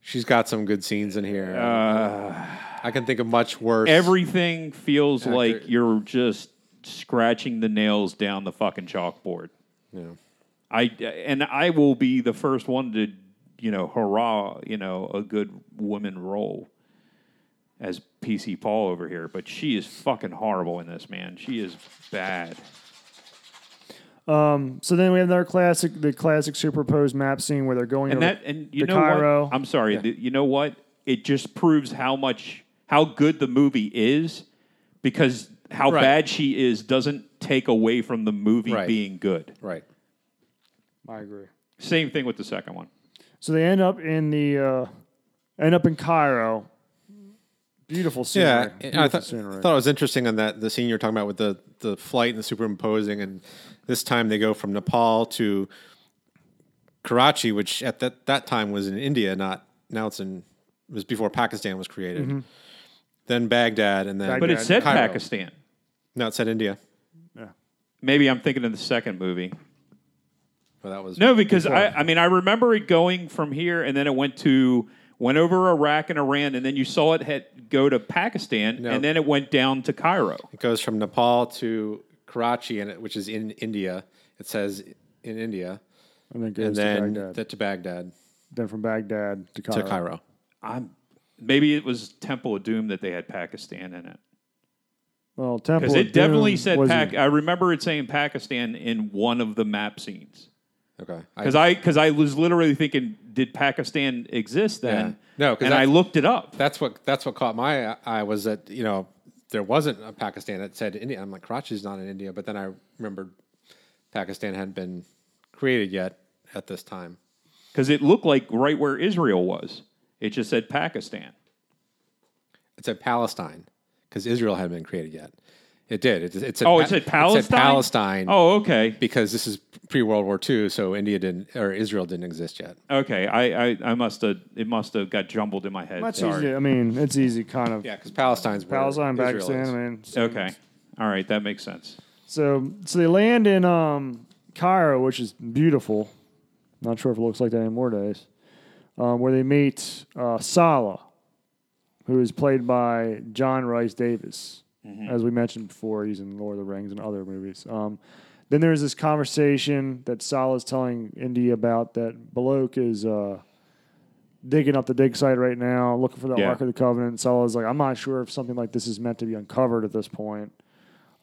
S3: She's got some good scenes in here.
S2: Uh,
S3: I can think of much worse.
S2: Everything feels
S3: Actor-
S2: like you're just scratching the nails down the fucking chalkboard.
S3: Yeah.
S2: I and I will be the first one to, you know, hurrah, you know, a good woman role as PC Paul over here, but she is fucking horrible in this, man. She is bad.
S1: So then we have another classic, the classic superimposed map scene where they're going.
S2: And
S1: over-
S2: that and you
S1: the
S2: know
S1: Cairo.
S2: what? I'm sorry. th- you know what? It just proves how much how good the movie is because how
S3: Right.
S2: bad she is doesn't take away from the movie
S3: Right.
S2: being good.
S3: Right.
S1: I agree.
S2: Same thing with the second one.
S1: So they end up in the uh, end up in Cairo. Beautiful scenery.
S3: Yeah, and
S1: Beautiful
S3: I thought,
S1: scenery.
S3: thought it was interesting on that the scene you were talking about with the the flight and the superimposing, and this time they go from Nepal to Karachi, which at that that time was in India, not now it's in it was before Pakistan was created. Then Baghdad, and then
S2: Mm-hmm. But it
S1: Baghdad.
S2: said
S3: Cairo.
S2: Pakistan.
S3: no, it said India.
S2: Maybe I'm thinking of the second movie.
S3: Well, that was
S2: No, because I, I mean, I remember it going from here, and then it went to went over Iraq and Iran, and then you saw it head, go to Pakistan,
S3: No.
S2: and then it went down to Cairo.
S3: It goes from Nepal to Karachi, and it, which is in India. It says in India,
S1: and then goes
S3: and
S1: to
S3: then
S1: Baghdad. Uh,
S3: th- to Baghdad
S1: then from Baghdad to Cairo.
S3: to Cairo.
S2: I'm maybe it was Temple of Doom that they had Pakistan in it
S1: Well, Temple.
S2: because
S1: of
S2: it definitely
S1: Doom
S2: said
S1: was
S2: Pak. I remember it saying Pakistan in one of the map scenes
S3: Okay, I-
S2: because I because I was literally thinking, did Pakistan exist then?
S3: Yeah. No, 'cause
S2: and I
S3: that's-
S2: looked it up.
S3: that's what that's what caught my eye was that you know there wasn't a Pakistan that said India. I'm like Karachi's not in India, but then I remembered Pakistan hadn't been created yet at this time.
S2: because it looked like right where Israel was. It just said Pakistan.
S3: It said Palestine because Israel hadn't been created yet. It did. It, it said
S2: Oh,
S3: Pa-
S2: it said Palestine.
S3: Palestine.
S2: Oh, okay,
S3: because this is pre World War II, so India didn't or Israel didn't exist yet.
S2: okay. I, I, I must have. It must have got jumbled in my head.
S1: much
S2: Sorry.
S1: easier. I mean, it's easy, kind of.
S3: Yeah, because Palestine's where
S1: Palestine,
S3: Israel
S1: Pakistan.
S3: is.
S1: I mean, so-
S2: Okay. All right, that makes sense.
S1: So so they land in um, Cairo, which is beautiful. Not sure if it looks like that anymore days. Um, where they meet uh, Salah, who is played by John Rice Davis, as we mentioned before. He's in Lord of the Rings and other movies. Um, then there's this conversation that Salah is telling Indy about that Balok is uh, digging up the dig site right now, looking for the
S2: Yeah.
S1: Ark of the Covenant. Salah's like, I'm not sure if something like this is meant to be uncovered at this point.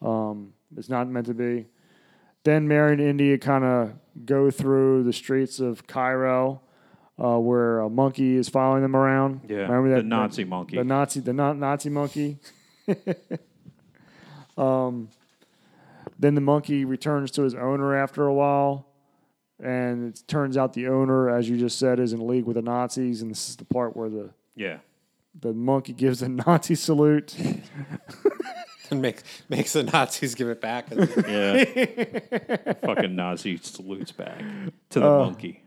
S1: Um, It's not meant to be. Then Mary and India kind of go through the streets of Cairo, uh, where a monkey is following them around.
S2: Yeah,
S1: remember that
S2: the Nazi monkey.
S1: the Nazi, the na- Nazi monkey. um, then the monkey returns to his owner after a while, and it turns out the owner, as you just said, is in league with the Nazis. And this is the part where the
S2: yeah.
S1: the monkey gives a Nazi salute.
S3: and make, makes the Nazis give it back. And
S2: Yeah. Fucking Nazi salutes back to the
S1: Uh,
S2: monkey.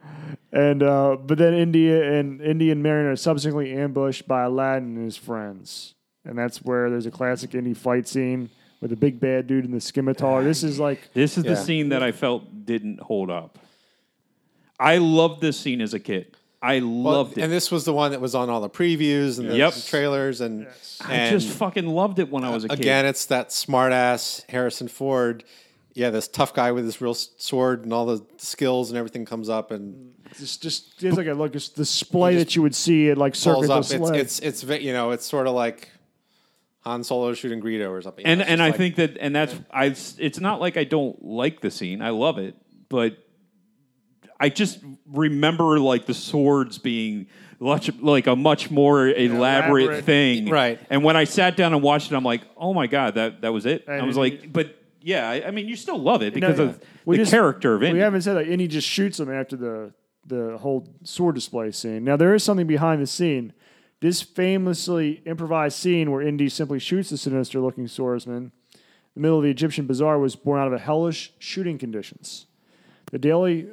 S1: And uh, but then India and India and Marion are subsequently ambushed by Aladdin and his friends, and that's where there's a classic Indy fight scene with the big bad dude in the scimitar. This is like
S2: This is
S3: Yeah.
S2: the scene that I felt didn't hold up. I loved this scene as a kid. I loved it.
S3: And this was the one that was on all the previews and the
S2: Yep.
S3: trailers. And,
S2: I
S3: and
S2: just fucking loved it when I was a
S3: again, it's that smart ass Harrison Ford. Yeah, this tough guy with this real s- sword and all the skills and everything comes up and
S1: just just it's like a like a s- display that you would see at like Cirque
S3: pulls
S1: du
S3: up. It's,
S1: Soleil.
S3: it's it's ve- you know it's sort of like Han Solo shooting Greedo or something. you
S2: and
S3: know, it's
S2: and
S3: just
S2: I
S3: like-
S2: think that and that's I it's not like I don't like the scene. I love it, but I just remember like the swords being much like a much more elaborate,
S1: Elaborate.
S2: thing,
S3: Right.
S2: And when I sat down and watched it, I'm like, oh my god, that that was it. I,
S1: And
S2: was
S1: it-
S2: like, but yeah, I, I mean, you still love it because
S1: yeah.
S2: of
S1: We
S2: the
S1: just-
S2: character of it.
S1: we haven't said that. Indy just shoots him after the the whole sword display scene. Now there is something behind the scene. This famously improvised scene where Indy simply shoots the sinister looking swordsman the middle of the Egyptian bazaar was born out of a hellish shooting conditions. The daily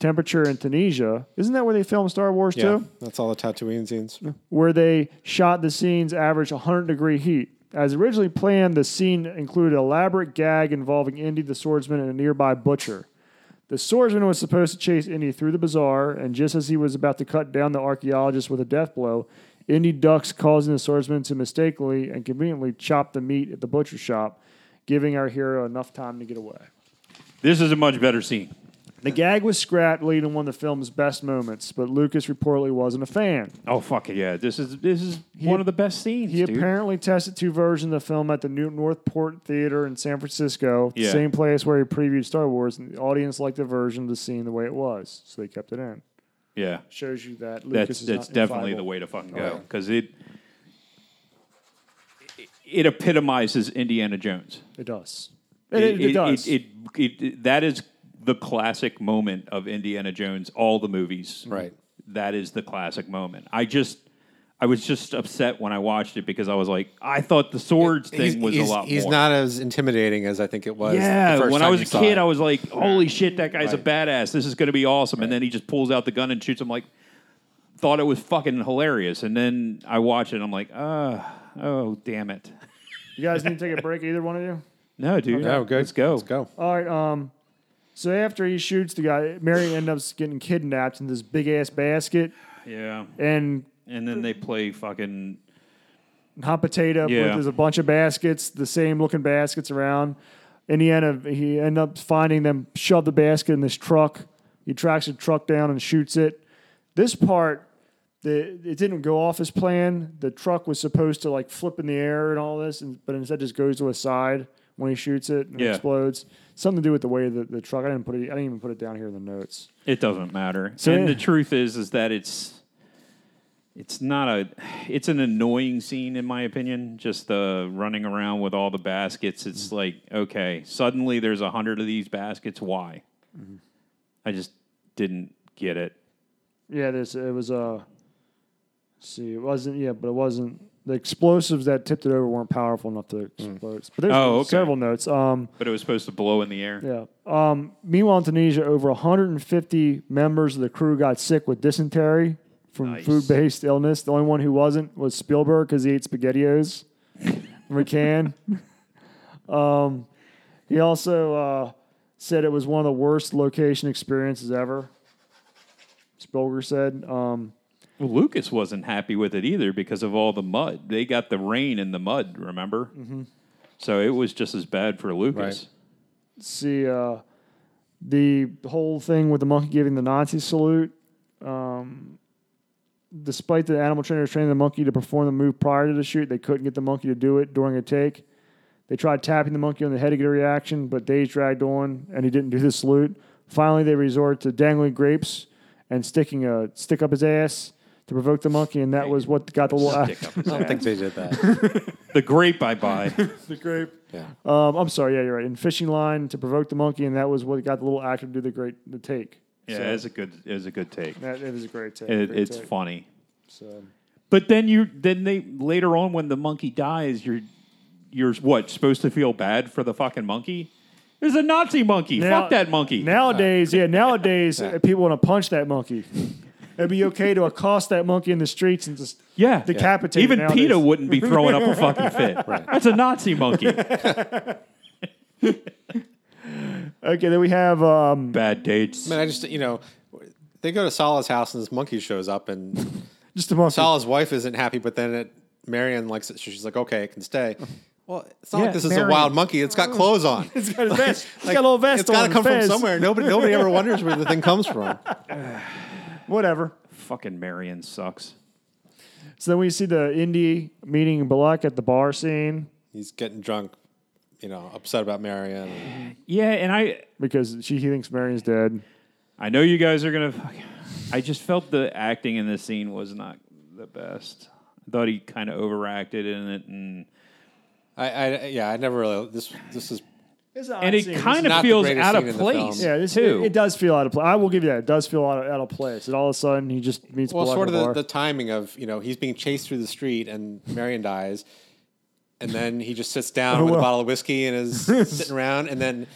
S1: temperature in Tunisia, isn't that where they filmed Star Wars
S3: yeah,
S1: too?
S3: that's all the Tatooine scenes.
S1: Where they shot the scenes average 100 degree heat. As originally planned, the scene included an elaborate gag involving Indy the swordsman and a nearby butcher. The swordsman was supposed to chase Indy through the bazaar, and just as he was about to cut down the archaeologist with a death blow, Indy ducks, causing the swordsman to mistakenly and conveniently chop the meat at the butcher shop, giving our hero enough time to get away.
S2: This is a much better scene.
S1: The gag was scrapped, leading one of the film's best moments, but Lucas reportedly wasn't a fan.
S2: Oh fuck it, yeah! This is this is one of the best scenes.
S1: He
S2: dude.
S1: apparently tested two versions of the film at the New Northport Theater in San Francisco, the
S2: Yeah.
S1: same place where he previewed Star Wars, and the audience liked the version of the scene the way it was, so they kept it in.
S2: yeah,
S1: Shows you that Lucas
S2: that's
S1: is
S2: that's
S1: not Oh,
S2: definitely
S1: infallible.
S2: the way to fucking go because it it epitomizes Indiana Jones.
S1: It does. It, it, it does.
S2: It, it- it- that is the classic moment of Indiana Jones. All the movies,
S3: Right.
S2: That is the classic moment. I just. I was just upset when I watched it because I was like, I thought the swords
S3: he's,
S2: thing was
S3: he's-
S2: a lot
S3: he's
S2: more.
S3: not as intimidating as I think it was.
S2: yeah,
S3: the first
S2: when
S3: time
S2: I was
S3: you
S2: a
S3: saw
S2: kid,
S3: it.
S2: I was like, "Holy shit, that guy's a badass! This is going to be awesome!" And then he just pulls out the gun and shoots him. Like, thought it was fucking hilarious. And then I watch it, and I'm like, "Uh, oh, damn it!"
S1: you guys need to take a break, either one of you?
S2: No, dude,
S3: No, good.
S2: Let's go.
S3: Let's go.
S1: All right. Um. So after he shoots the guy, Mary ends up getting kidnapped in this big ass basket,
S2: Yeah,
S1: and
S2: and then they play fucking
S1: hot potato.
S2: Yeah.
S1: With, there's a bunch of baskets, the same looking baskets around. Indiana, he end up finding them, shove the basket in this truck. He tracks the truck down and shoots it. This part, the it didn't go off as planned. The truck was supposed to like flip in the air and all this, and, but instead just goes to a side when he shoots it and it
S2: Yeah.
S1: explodes. Something to do with the way that the truck. I didn't put it. I didn't even put it down here in the notes.
S2: It doesn't matter. and
S1: yeah.
S2: the truth is, is that it's it's not a it's an annoying scene in my opinion. Just the running around with all the baskets. It's
S1: Mm-hmm.
S2: like okay, suddenly there's a hundred of these baskets. Why?
S1: Mm-hmm.
S2: I just didn't get it.
S1: Yeah, this it was uh let's see, it wasn't yeah, but it wasn't the explosives that tipped it over weren't powerful enough to explode. But there's
S2: Oh, okay.
S1: several notes. Um
S2: But it was supposed to blow in the air.
S1: yeah. Um meanwhile in Tunisia, over 150 members of the crew got sick with dysentery from
S2: Nice.
S1: food-based illness. The only one who wasn't was Spielberg cuz he ate spaghettios from a can. um He also uh, said it was one of the worst location experiences ever. Spilger said, um,
S2: Well, Lucas wasn't happy with it either because of all the mud. They got the rain and the mud, remember? Mm-hmm. So it was just as bad for Lucas.
S3: Right.
S1: see uh, the whole thing with the monkey giving the Nazi salute. Um, despite the animal trainers training the monkey to perform the move prior to the shoot, they couldn't get the monkey to do it during a take. They tried tapping the monkey on the head to get a reaction, but days dragged on and he didn't do the salute. Finally, they resorted to dangling grapes and sticking a stick up his ass to provoke the monkey, and that was what got the little.
S2: Stick up his
S3: I don't
S2: ass.
S3: think they did that.
S2: The grape I buy.
S1: the grape.
S3: yeah.
S1: Um, I'm sorry, yeah, you're right. In fishing line to provoke the monkey, and that was what got the little actor to do the great the take.
S2: yeah, it was a good it was a good take.
S1: That it was a great take.
S2: It,
S1: great
S2: it's
S1: take.
S2: funny.
S1: So,
S2: But then you then they later on when the monkey dies, you're you're what, supposed to feel bad for the fucking monkey? There's a Nazi monkey.
S1: Now-
S2: Fuck that monkey.
S1: nowadays, yeah, nowadays uh, people want to punch that monkey. It'd be okay to accost that monkey in the streets and just
S2: yeah.
S1: decapitate. it
S2: Even
S1: nowadays.
S2: PETA wouldn't be throwing up a fucking fit. That's a Nazi monkey.
S1: Okay, then we have um,
S2: Bad dates.
S3: I mean, I just you know, they go to Sala's house and this monkey shows up, and
S1: just a monkey.
S3: Sala's wife isn't happy, but then it, Marion likes it. so She's like, okay, it can stay. Well, it's not
S2: Yeah,
S3: like this is
S2: Marion.
S3: a wild monkey. It's got clothes on.
S1: It's got a vest. It's
S3: Like,
S1: got a little vest
S3: It's got
S1: on,
S3: to come from
S1: fez.
S3: somewhere. Nobody, nobody ever wonders where the thing comes from.
S1: Whatever.
S2: Fucking Marion sucks.
S1: So then we see the indie meeting Balak at the bar scene
S3: He's getting drunk, you know, upset about Marion.
S2: Yeah, and I
S1: because she he thinks Marion's dead.
S2: I know you guys are gonna. fuck- I just felt the acting in this scene was not the best. I thought he kind of overacted in it, and
S3: I, I, yeah, I never really. This, this is
S1: It's an
S2: and
S1: odd
S2: it
S1: scene. It's
S2: kind of
S3: not the
S2: feels
S3: greatest
S2: out
S3: scene
S2: of
S3: in the film.
S2: place.
S1: Yeah, this,
S2: too.
S1: it, it does feel out of place. I will give you that. It does feel out of, out of place. And all of a sudden, he just meets
S3: well,
S1: Barack
S3: sort of the,
S1: Obama.
S3: the timing of you know he's being chased through the street and Marion dies, and then he just sits down with
S1: well.
S3: a bottle of whiskey and is sitting around, and then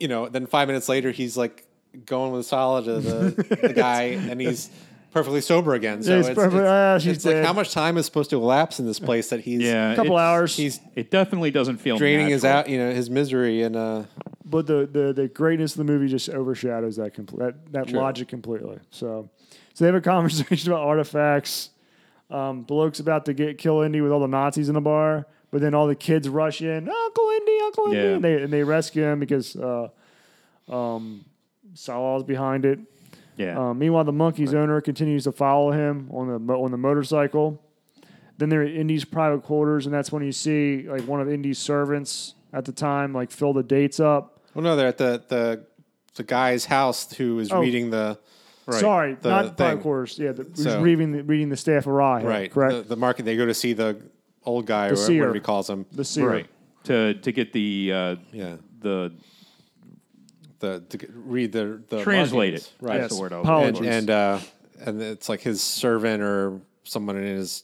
S3: you know then five minutes later he's like going with Sala to the, the guy, and he's perfectly sober again. So
S1: he's
S3: it's,
S1: perfect-
S3: it's,
S1: ah, she's
S3: it's like
S1: dead.
S3: how much time is supposed to elapse in this place that he's
S2: yeah,
S1: couple
S2: it's-
S1: hours.
S3: he's
S2: It definitely doesn't feel
S3: draining his
S2: natural.
S3: out you know his misery and uh
S1: but the, the the greatness of the movie just overshadows that compl- that, that
S3: True.
S1: logic completely. So, so they have a conversation about artifacts. Um, Bloke's about to get kill Indy with all the Nazis in the bar, but then all the kids rush in, Uncle Indy, Uncle Indy,
S2: Yeah.
S1: and, they, and they rescue him because uh, um, Salal's behind it.
S2: Yeah,
S1: Um, meanwhile, the monkey's owner continues to follow him on the mo- on the motorcycle. Then they're at Indy's private quarters, and that's when you see like one of Indy's servants at the time like fill the dates up.
S3: well oh, no they're at the the the guy's house who
S1: Oh.
S3: is reading the
S1: Sorry,
S3: The
S1: not private
S3: thing.
S1: quarters. Yeah, the, who's
S3: So-
S1: reading the, reading the staff awry. here,
S3: right
S1: correct.
S3: the, the market they go to see the old guy or
S1: seer.
S3: whatever he calls him
S1: The, seer.
S2: right. To to get the uh,
S3: yeah
S2: the
S3: the to g- read the the
S2: translate
S3: markings.
S2: it.
S3: right
S2: That's
S1: Yes.
S2: the word I was
S1: Apologies.
S3: and and uh, and it's like his servant or someone in his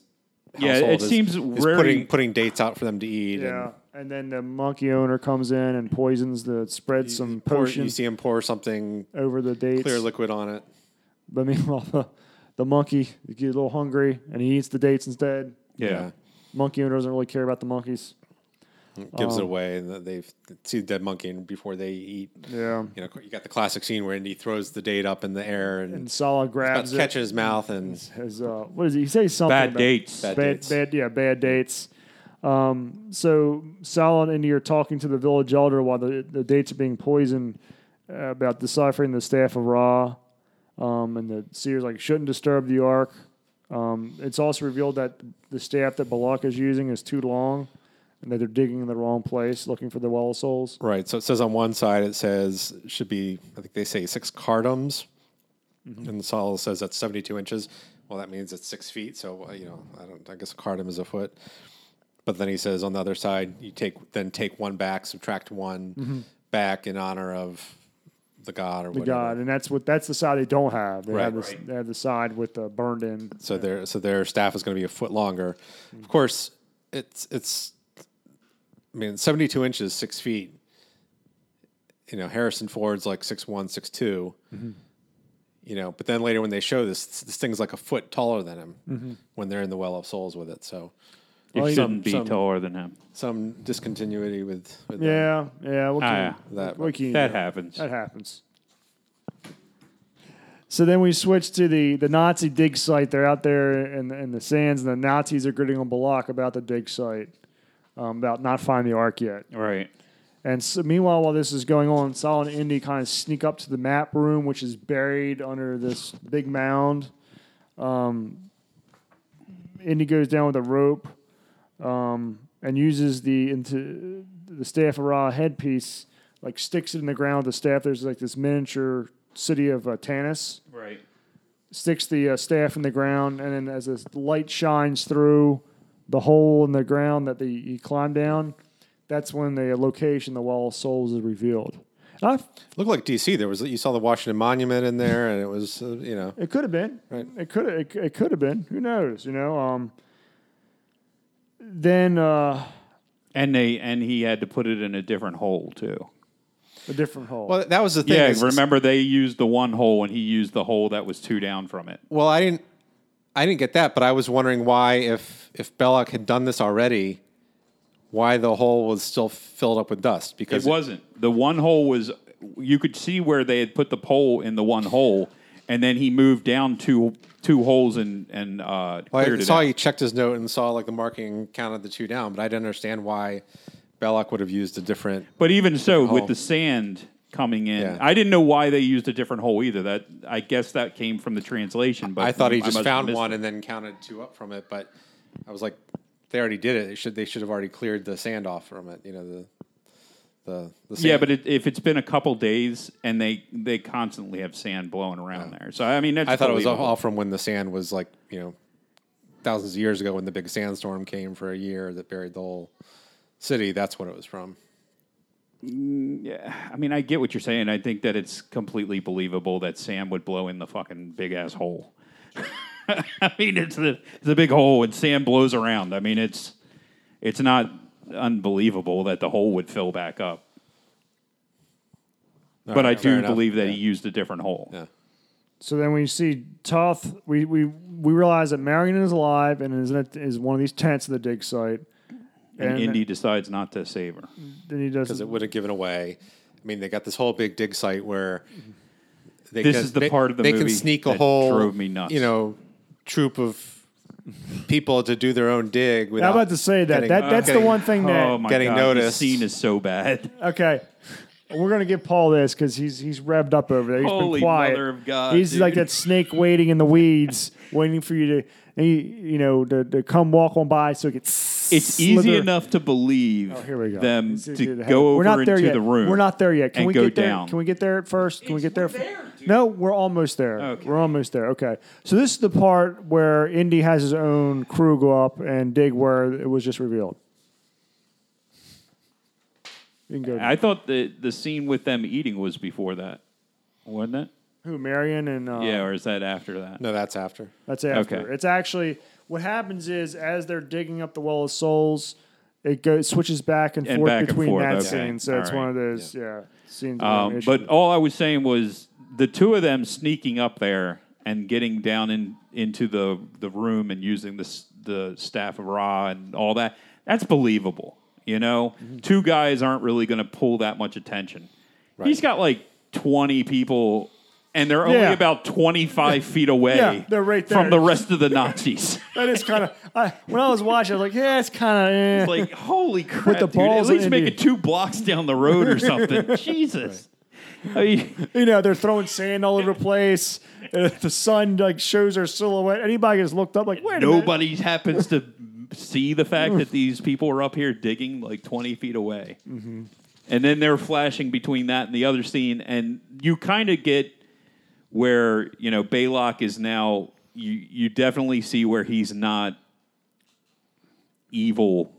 S2: Yeah, it
S3: household is-
S2: seems
S3: is
S2: very-
S3: putting putting dates out for them to eat
S1: Yeah,
S3: and
S1: and then the monkey owner comes in and poisons the spreads some
S3: pour, you
S1: potion
S3: see him pour something
S1: over the dates.
S3: clear liquid on it
S1: But meanwhile, the, the monkey gets a little hungry and he eats the dates instead.
S2: Yeah.
S1: Monkey owner doesn't really care about the monkeys.
S3: It gives
S1: Um,
S3: it away and that they see the dead monkey and before they eat
S1: Yeah.
S3: you know you got the classic scene where Indy throws the date up in the air and,
S1: And Salah
S3: about
S1: grabs
S3: to
S1: it.
S3: catch it in his mouth and
S1: As, uh, what is he? He says something.
S2: bad
S1: about-
S2: dates.
S3: Bad
S1: Bad,
S3: dates.
S1: bad, yeah, bad dates. Um, so Salah and Indy are talking to the village elder while the, the dates are being poisoned uh, about deciphering the staff of Ra. Um, and the seer's like, shouldn't disturb the ark. Um, it's also revealed that the staff that Balak is using is too long and that they're digging in the wrong place looking for the well of souls.
S3: Right. So it says on one side it says should be I think they say six cardums,
S1: Mm-hmm.
S3: and Saul says that's seventy-two inches. Well, that means it's six feet. So uh, you know, I don't. I guess a cardum is a foot. But then he says on the other side, you take then take one back, subtract one back in honor of the god or
S1: Mm-hmm. The
S3: whatever.
S1: God. And that's what that's the side they don't have. They, have,
S3: Right.
S1: this, they have the side with the burned in.
S3: So their so their staff is going to be a foot longer. Of course, it's it's. I mean, seventy-two inches, six feet. You know, Harrison Ford's like six one, six two.
S2: Mm-hmm.
S3: You know, but then later
S2: Mm-hmm.
S3: when they show this, this thing's like a foot taller than him when they're in the Well of Souls with it. So
S1: Well,
S2: you
S1: he-
S2: shouldn't be
S3: some-
S2: taller than him.
S3: Some discontinuity with, with that.
S1: Yeah, yeah. What can,
S2: Ah,
S3: that-
S1: what can you
S2: That
S1: do?
S2: happens.
S1: That happens. So then we switch to the, the Nazi dig site. They're out there in, in the sands, and the Nazis are gritting on Balak about the dig site, um, about not finding the Ark yet.
S2: Right.
S1: And so meanwhile, while this is going on, Saul and Indy kind of sneak up to the map room, which is buried under this big mound. Um, Indy goes down with a rope um, and uses the into the staff of Ra headpiece, like sticks it in the ground with the staff. There's like this miniature city of uh, Tanis
S2: Right.
S1: sticks the uh, staff in the ground, and then as the light shines through the hole in the ground that the, you climb down, that's when the location, the Wall of Souls, is revealed. I,
S3: Looked like DC. There was you saw the Washington Monument in there, and it was uh, you know
S1: it could have been.
S3: Right.
S1: It could. It, it could have been. Who knows? You know. Um, then uh,
S2: And they and he had to put it in a different hole too.
S1: a different hole.
S3: Well, that was the thing.
S2: yeah,
S3: is-
S2: remember they used the one hole and he used the hole that was two down from it.
S3: Well, I didn't, I didn't get that, but I was wondering why, if if Belloc had done this already, why the hole was still filled up with dust
S2: It
S3: because
S2: wasn't. The one hole was you could see where they had put the pole in the one hole and then he moved down two two holes and and uh
S3: Well,
S2: cleared
S3: I
S2: it
S3: saw
S2: out.
S3: he checked his note and saw like the marking counted the two down, but I didn't understand why Belloc would have used a different.
S2: But even so,
S3: hole.
S2: with the sand coming in,
S3: Yeah.
S2: I didn't know why they used a different hole either. That I guess that came from the translation. But
S3: I thought he
S2: must
S3: just
S2: have
S3: found
S2: missed
S3: one
S2: it.
S3: and then counted two up from it, but I was like, they already did it. They should they should have already cleared the sand off from it. You know the the, the sand.
S2: Yeah, but it, if it's been a couple days and they they constantly have sand blowing around there, so I mean, that's
S3: Oh. I thought it was
S2: believable.
S3: all from when the sand was like, you know, thousands of years ago when the big sandstorm came for a year that buried the whole city. That's what it was from.
S2: I mean, I get what you're saying. I think that it's completely believable that Sam would blow in the fucking big ass hole. I mean, it's a it's a big hole, and Sam blows around. I mean, it's it's not unbelievable that the hole would fill back up. but I
S3: right, fair
S2: do
S3: enough.
S2: believe that he used a different hole.
S3: Yeah.
S1: So then we see Toth. We we we realize that Marion is alive and is in a, is one of these tents at the dig site.
S2: And Indy decides not to save her.
S1: then he does
S3: Because it would have given away. I mean, they got this whole big dig site where they
S2: This
S3: can,
S2: is the
S3: they-
S2: part of the
S3: they
S2: movie
S3: can sneak a
S2: that
S3: whole
S2: drove me nuts.
S3: you know troop of people to do their own dig. Without
S1: I'm about to say that.
S3: getting-
S1: that that's
S3: getting-
S1: the one thing that.
S2: oh my
S3: getting
S2: god,
S3: noticed.
S2: this scene is so bad.
S1: Okay, we're gonna give Paul this because he's he's revved up over there. He's
S2: Holy
S1: been quiet.
S2: mother of God,
S1: He's
S2: dude.
S1: like that snake waiting in the weeds, waiting for you to you- you know to, to come walk on by so it gets.
S2: It's easy enough to believe
S1: Oh, Here we go.
S2: them
S1: It's easy
S2: to
S1: have- we're
S2: go over
S1: not there
S2: into
S1: yet.
S2: the room.
S1: We're not there yet. Can
S2: and
S1: we
S2: go
S1: get there?
S2: down.
S1: Can we get there first? Can we get there?
S2: we're
S1: fir-
S2: there, dude.
S1: no, we're almost there.
S2: Okay.
S1: We're almost there. Okay. So this is the part where Indy has his own crew go up and dig where it was just revealed. You can go.
S2: I thought the the scene with them eating was before that, wasn't it?
S1: Who? Marion and uh,
S2: yeah, or is that after that?
S3: No, that's after.
S1: That's after.
S2: Okay.
S1: It's actually what happens is as they're digging up the well of souls, it goes switches back and,
S2: And
S1: forth
S2: back and
S1: between
S2: forth,
S1: that
S2: okay.
S1: scene. So
S2: All
S1: it's
S2: right.
S1: one of those yeah, scenes. that are an
S2: Um,
S1: issue.
S2: but all I was saying was the two of them sneaking up there and getting down in into the the room and using the s- the staff of Ra and all that. That's believable. You know,
S1: Mm-hmm.
S2: two guys aren't really going to pull that much attention. He's got like twenty people, and they're only
S1: Yeah.
S2: about twenty five feet away.
S1: Yeah, they're right there.
S2: from the rest of the Nazis.
S1: that is kind of when I was watching, I was like, yeah, it's kind of. Eh.
S2: It's like, holy crap,
S1: the
S2: dude. At
S1: balls
S2: least
S1: in
S2: make
S1: you.
S2: it two blocks down the road or something. Jesus. I mean,
S1: you know, they're throwing sand all over the place. and the sun like shows their silhouette. Anybody gets looked up like wait a minute.
S2: nobody happens to see the fact that these people are up here digging like 20 feet away.
S1: Mm-hmm.
S2: And then they're flashing between that and the other scene. And you kind of get where, you know, Baylock is now, you, you definitely see where he's not evil.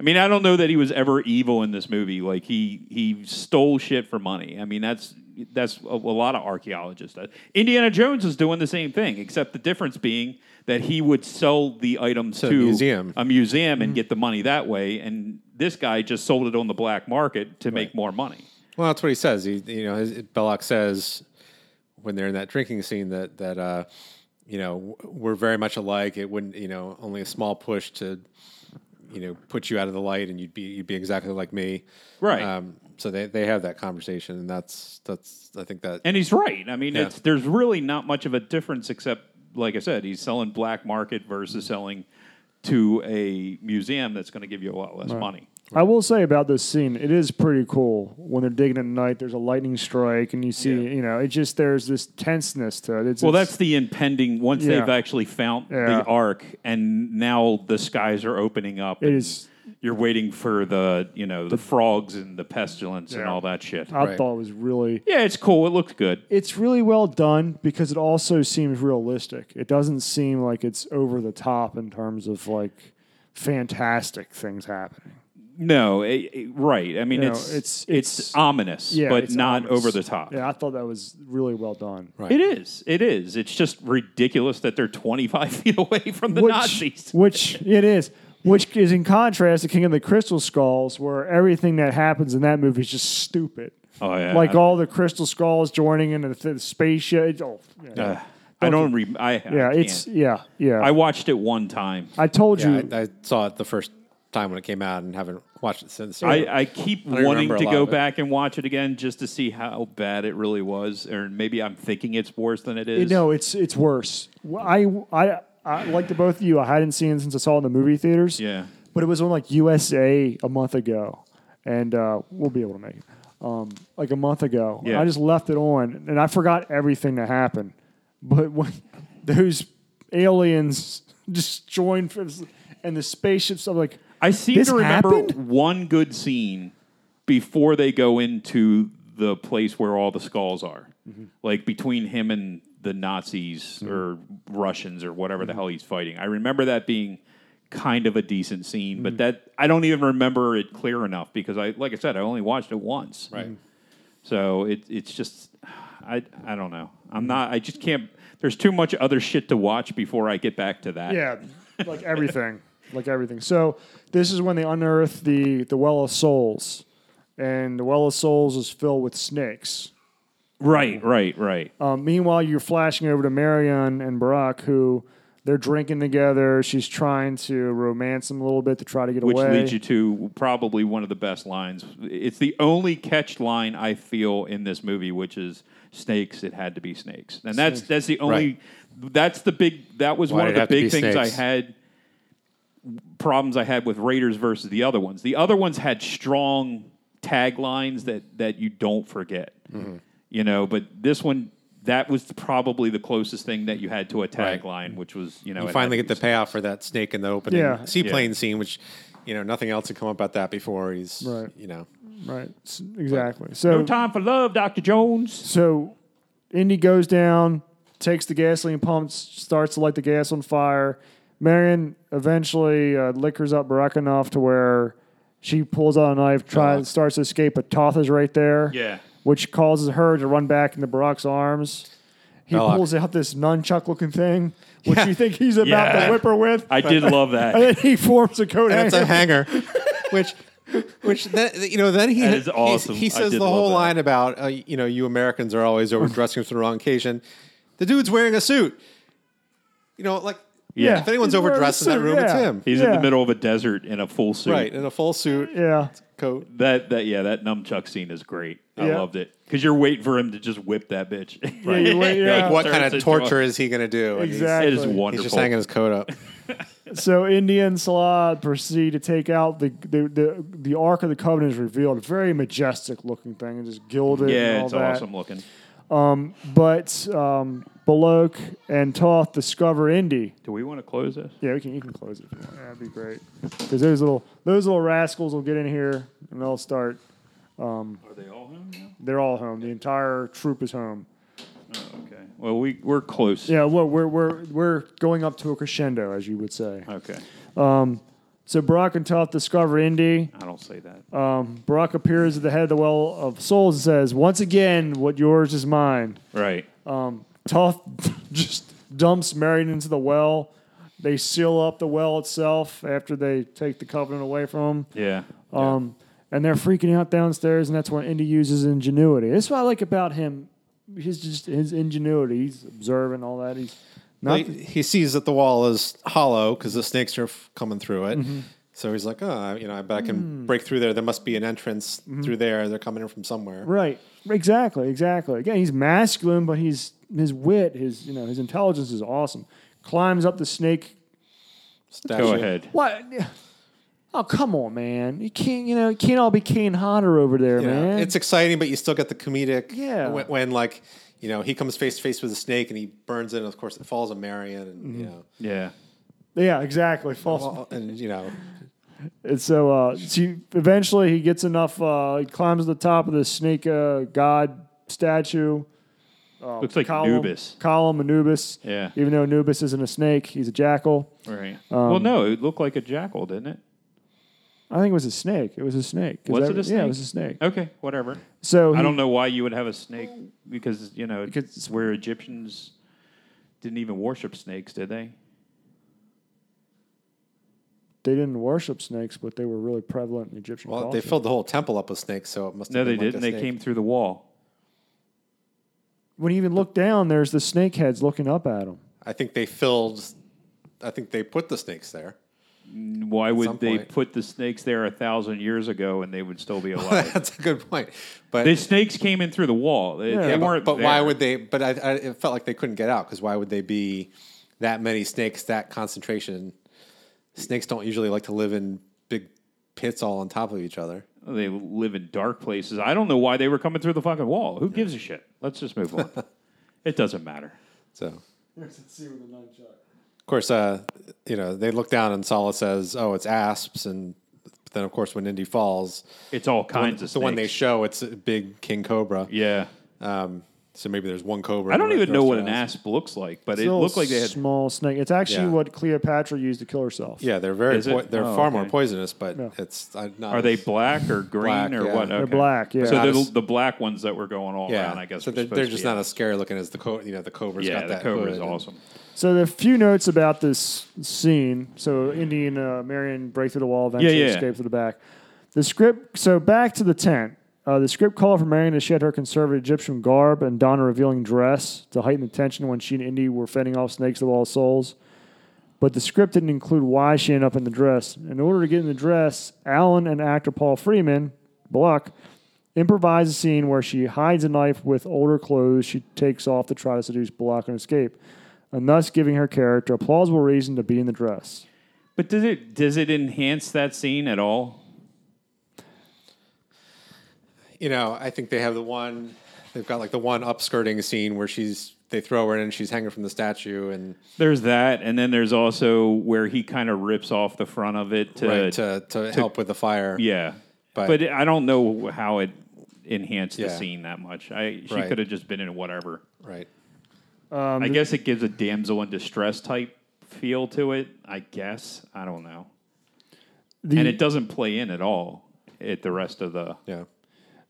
S2: I mean, I don't know that he was ever evil in this movie. Like he he stole shit for money. I mean, that's that's a, a lot of archaeologists. That- Indiana Jones is doing the same thing, except the difference being that he would sell the items to,
S3: a museum. Mm-hmm.
S2: a museum and get the money that way. And this guy just sold it on the black market to make more money.
S3: Well, that's what he says. He, you know, his, Belloc says when they're in that drinking scene that that uh, you know w- we're very much alike. It wouldn't, you know, only a small push to you know put you out of the light and you'd be you'd be exactly like me
S2: Right.
S3: um, so they, they have that conversation and that's that's i think that
S2: And he's right. I mean,
S3: Yeah.
S2: it's, there's really not much of a difference except, like I said, he's selling black market versus selling to a museum that's going to give you a lot less money.
S1: I will say about this scene, it is pretty cool when they're digging at night. There's a lightning strike, and you see,
S2: Yeah.
S1: you know, it just there's this tenseness to it. It's,
S2: Well,
S1: it's-
S2: that's the impending once
S1: Yeah.
S2: they've actually found
S1: Yeah.
S2: the ark, and now the skies are opening up.
S1: It
S2: and
S1: is-
S2: You're waiting for the you know the, frogs and the pestilence and
S1: Yeah. Uh,
S2: all that shit.
S1: I
S3: Right.
S1: thought was really.
S2: yeah, it's cool. It looks good.
S1: It's really well done because it also seems realistic. It doesn't seem like it's over the top in terms of like fantastic things happening.
S2: No, it, it- right. I mean,
S1: You know,
S2: it's,
S1: it's-
S2: it's
S1: it's-
S2: ominous,
S1: Yeah,
S2: but
S1: it's
S2: not
S1: ominous.
S2: over the top.
S1: Yeah, I thought that was really well done.
S3: Right.
S2: It is. It is. It's just ridiculous that they're 25 feet away from the Nazis.
S1: Which it is. Which is in contrast to King of the Crystal Skulls, where everything that happens in that movie is just stupid.
S2: Oh yeah.
S1: Like
S2: I,
S1: all the crystal skulls joining into the th- spaceship. It's- Oh, yeah,
S2: uh, I don't. Re- I I
S1: yeah
S2: can't.
S1: it's yeah, yeah.
S2: I watched it one time.
S1: I, told
S3: yeah,
S1: you.
S3: I, I saw it the first time when it came out and haven't watched it since
S2: I, I keep
S3: don't
S2: wanting
S3: remember a
S2: to
S3: lot
S2: go
S3: of it.
S2: back and watch it again just to see how bad it really was, or maybe I'm thinking it's worse than it
S1: you
S2: is.
S1: know, it's it's worse. Well, I I I like the both of you. I hadn't seen it since I saw it in the movie theaters.
S2: Yeah.
S1: but it was on like USA a month ago, and uh, we'll be able to make it. Um, like a month ago,
S2: Yeah.
S1: I just left it on, and I forgot everything that happened. But when those aliens just joined, and the spaceships, I'm like,
S2: I seem
S1: This
S2: to remember
S1: happened?
S2: one good scene before they go into the place where all the skulls are,
S1: Mm-hmm.
S2: like between him and the Nazis or Russians or whatever
S1: Mm-hmm.
S2: the hell he's fighting. I remember that being kind of a decent scene, but
S1: Mm-hmm.
S2: that I don't even remember it clear enough because I, like I said, I only watched it once.
S3: Right.
S2: So it, it's just, I, I don't know.
S1: Mm-hmm.
S2: I'm not. I just can't. There's too much other shit to watch before I get back to that.
S1: Yeah, like everything, like everything. So this is when they unearth the the well of souls, and the well of souls is filled with snakes.
S2: Right. Right. Right.
S1: Um, meanwhile, you're flashing over to Marion and Barack, who they're drinking together. She's trying to romance him a little bit to try to get
S2: which
S1: away.
S2: leads you to probably one of the best lines. It's the only catch line I feel in this movie, which is snakes. It had to be snakes, and that's that's the only. That's the big. That was
S3: Why
S2: one
S3: did
S2: of
S3: it
S2: the
S3: have to
S2: big
S3: be
S2: things I
S3: snakes?
S2: had problems I had with Raiders versus the other ones. The other ones had strong taglines that that you don't forget,
S3: Mm-hmm.
S2: you know. But this one. That was probably the closest thing that you had to a
S3: Right.
S2: tagline, which was, you know,
S3: you
S2: it
S3: finally
S2: had to
S3: get the
S2: be
S3: payoff for that snake in the opening
S1: Yeah.
S3: seaplane scene which you know nothing else had come up about that before he's
S1: Right.
S3: you know
S1: right, s- exactly.
S2: snakes.
S1: So
S2: No time for love, Doctor Jones.
S1: so Indy goes down, takes the gasoline pumps, starts to light the gas on fire. Marion eventually uh, liquors up Barack enough to where she pulls out a knife, tries,
S3: Uh.
S1: starts to escape, but Totha's right there.
S2: Uh-huh. Yeah.
S1: Which causes her to run back into Barack's arms. He
S3: Belloc.
S1: pulls out this nunchuck looking thing, which you think he's about
S2: Yeah.
S1: to whip her with.
S2: I did love
S1: and
S2: that.
S1: then he forms a coat
S3: and it's a
S1: hanger.
S3: hanger which which that, you know then he
S2: That is
S3: he's-
S2: awesome.
S3: he
S2: I
S3: says
S2: did
S3: the whole
S2: love that.
S3: line about uh, you know you Americans are always overdressing for the wrong occasion the dude's wearing a suit you know like
S1: Yeah.
S3: if anyone's
S1: He's wearing a
S3: overdressed in that
S1: suit,
S3: room it's
S1: yeah.
S3: him
S2: He's in
S1: Yeah.
S2: the middle of a desert in a full suit.
S3: right in a full suit
S1: Yeah.
S3: coat
S2: That that yeah, that nunchuck scene is great. I
S1: Yeah.
S2: loved it because you're waiting for him to just whip that bitch. Right.
S1: you wait- yeah.
S3: like what
S2: Turns
S3: kind of
S2: into
S3: torture
S2: a-
S3: is he going to do And he's-
S1: Exactly.
S2: It is
S1: He's
S2: wonderful.
S3: He's just hanging his coat up.
S1: So India and Salah proceed to take out the the, the the Ark of the Covenant is revealed, very majestic looking thing, and just gilded. and
S2: yeah,
S1: all
S2: it's
S1: that.
S2: awesome looking.
S1: But um, Balok and Toth discover Indy.
S2: Do we want to close this?
S1: Yeah, we can you can close it. If you want. That'd be great because those little those little rascals will get in here and they'll start.
S2: Are they all home now?
S1: They're all home. The entire troop is home.
S2: Okay. Well, we we're close.
S1: Yeah, well, we're we're we're going up to a crescendo, as you would say.
S2: Okay.
S1: So Brock and Toth discover Indy.
S2: I don't say that.
S1: Um, Barack appears at the head of the well of souls and says, "Once again, what yours is mine."
S2: right.
S1: uh, Toth just dumps Marion into the well. They seal up the well itself after they take the covenant away from him,
S2: yeah.
S1: um, and they're freaking out downstairs. And that's when Indy uses ingenuity. That's what I like about him. His just his ingenuity. He's observing all that. He's not Mm-hmm.
S3: Like, he sees that the wall is hollow because the snakes are f- coming through it. So he's like, oh, you know, I bet I
S1: Mm.
S3: can break through there. There must be an entrance
S1: Mm-hmm.
S3: through there. They're coming in from somewhere.
S1: Right. Exactly. Exactly. Again, he's masculine, but he's his wit, his you know, his intelligence is awesome. Climbs up the snake.
S3: Statue.
S2: Go ahead.
S1: What? Oh come on, man! You can't you know you can't all be Kane Hodder over there,
S3: You know,
S1: man.
S3: it's exciting, but you still get the comedic.
S1: Yeah.
S3: When, when, like, you know, he comes face to face with a snake and he burns it. And of course, it falls on Marion, and you know,
S2: Yeah.
S1: yeah, exactly. False.
S3: well, and you know,
S1: And so, uh, so you- eventually he gets enough. Uh, he climbs to the top of the snake uh, god statue. Uh,
S2: Looks like
S1: column,
S2: Anubis.
S1: Column Anubis.
S2: Yeah.
S1: Even though Anubis isn't a snake, he's a jackal.
S2: Right.
S1: Um,
S2: well, no, it looked like a jackal, didn't it?
S1: I think it was a snake. It was a snake. 'Cause
S2: Was it a
S1: every- Yeah,
S2: snake?
S1: it was a snake.
S2: Okay, whatever.
S1: So
S2: I
S1: he-
S2: don't know why you would have a snake because you know
S1: Because-
S2: it's where Egyptians didn't even worship snakes, did they?
S1: They didn't worship snakes, but they were really prevalent in Egyptian
S3: well,
S1: culture.
S3: they filled the whole temple up with snakes, so it must.
S2: No,
S3: have
S2: they
S3: been like a
S2: didn't. They
S3: snake.
S2: came through the wall.
S1: when you even look down, there's the snake heads looking up at him.
S3: I think they filled. I think they put the snakes there.
S2: Why
S3: some
S2: would they
S3: point.
S2: put the snakes there a thousand years ago and they would still be alive?
S3: That's a good point. But
S2: the snakes came in through the wall. They,
S1: Yeah,
S2: they
S3: Yeah, but-
S2: weren't.
S3: but why
S2: there.
S3: would they? But I, I, it felt like they couldn't get out because why would they be that many snakes? That concentration. Snakes don't usually like to live in big pits all on top of each other.
S2: they live in dark places? I don't know why they were coming through the fucking wall. Who gives a shit? Let's just move on. it doesn't matter.
S3: So, of course, uh, you know they look down and Sala says, "Oh, it's asps," and then of course when Indy falls,
S2: It's all
S3: one-
S2: kinds
S3: the
S2: of snakes.
S3: one they show it's a big king cobra.
S2: yeah.
S3: Um, so maybe there's one cobra.
S2: I don't
S3: and the
S2: even know
S3: rest
S2: what
S3: are
S2: an
S3: asps.
S2: asp looks like, but it
S1: Little
S2: looked like they had
S1: small snake. It's actually
S3: Yeah.
S1: what Cleopatra used to kill herself.
S3: Yeah, they're very
S2: Is it?
S3: poi- they're
S2: Oh,
S3: far more
S2: okay.
S3: poisonous, but it's uh, not
S2: Are they
S3: as-
S2: black or green
S3: Black,
S2: or
S3: yeah.
S2: what?
S3: They're
S2: Okay.
S1: black, yeah.
S2: So
S3: Not
S2: the,
S3: as-
S2: the black ones that were going all around, I guess.
S3: So
S2: were
S3: they're,
S2: supposed
S3: they're
S2: to
S3: just
S2: be-
S3: not as scary looking as the co- you know the cobra's
S2: Yeah,
S3: got
S2: the
S3: that
S2: cobra
S3: hood
S2: is
S3: and-
S2: awesome.
S1: So there are a few notes about this scene. So Indy and uh, Marion break through the wall, eventually
S2: Yeah, yeah.
S1: escape through the back. The script. So back to the tent. Uh, the script called for Marion to shed her conservative Egyptian garb and don a revealing dress to heighten the tension when she and Indy were fending off snakes of all souls. But the script didn't include why she ended up in the dress. In order to get in the dress, Allen and actor Paul Freeman, Bluck, improvise a scene where she hides a knife with older clothes she takes off to try to seduce Bluck and escape, and thus giving her character a plausible reason to be in the dress.
S2: But does it does it enhance that scene at all?
S3: You know, I think they have the one they've got like the one upskirting scene where she's they throw her in and she's hanging from the statue and
S2: There's that, and then there's also where he kind of rips off the front of it to,
S3: right, to, to help with the fire.
S2: yeah. But,
S3: But-
S2: I don't know how it enhanced the
S3: Yeah.
S2: scene that much. I she
S3: Right.
S2: could have just been in whatever.
S3: Right.
S2: I guess it gives a damsel in distress type feel to it. I guess I don't know,
S1: The,
S2: and it doesn't play in at all at the rest of the.
S3: Yeah.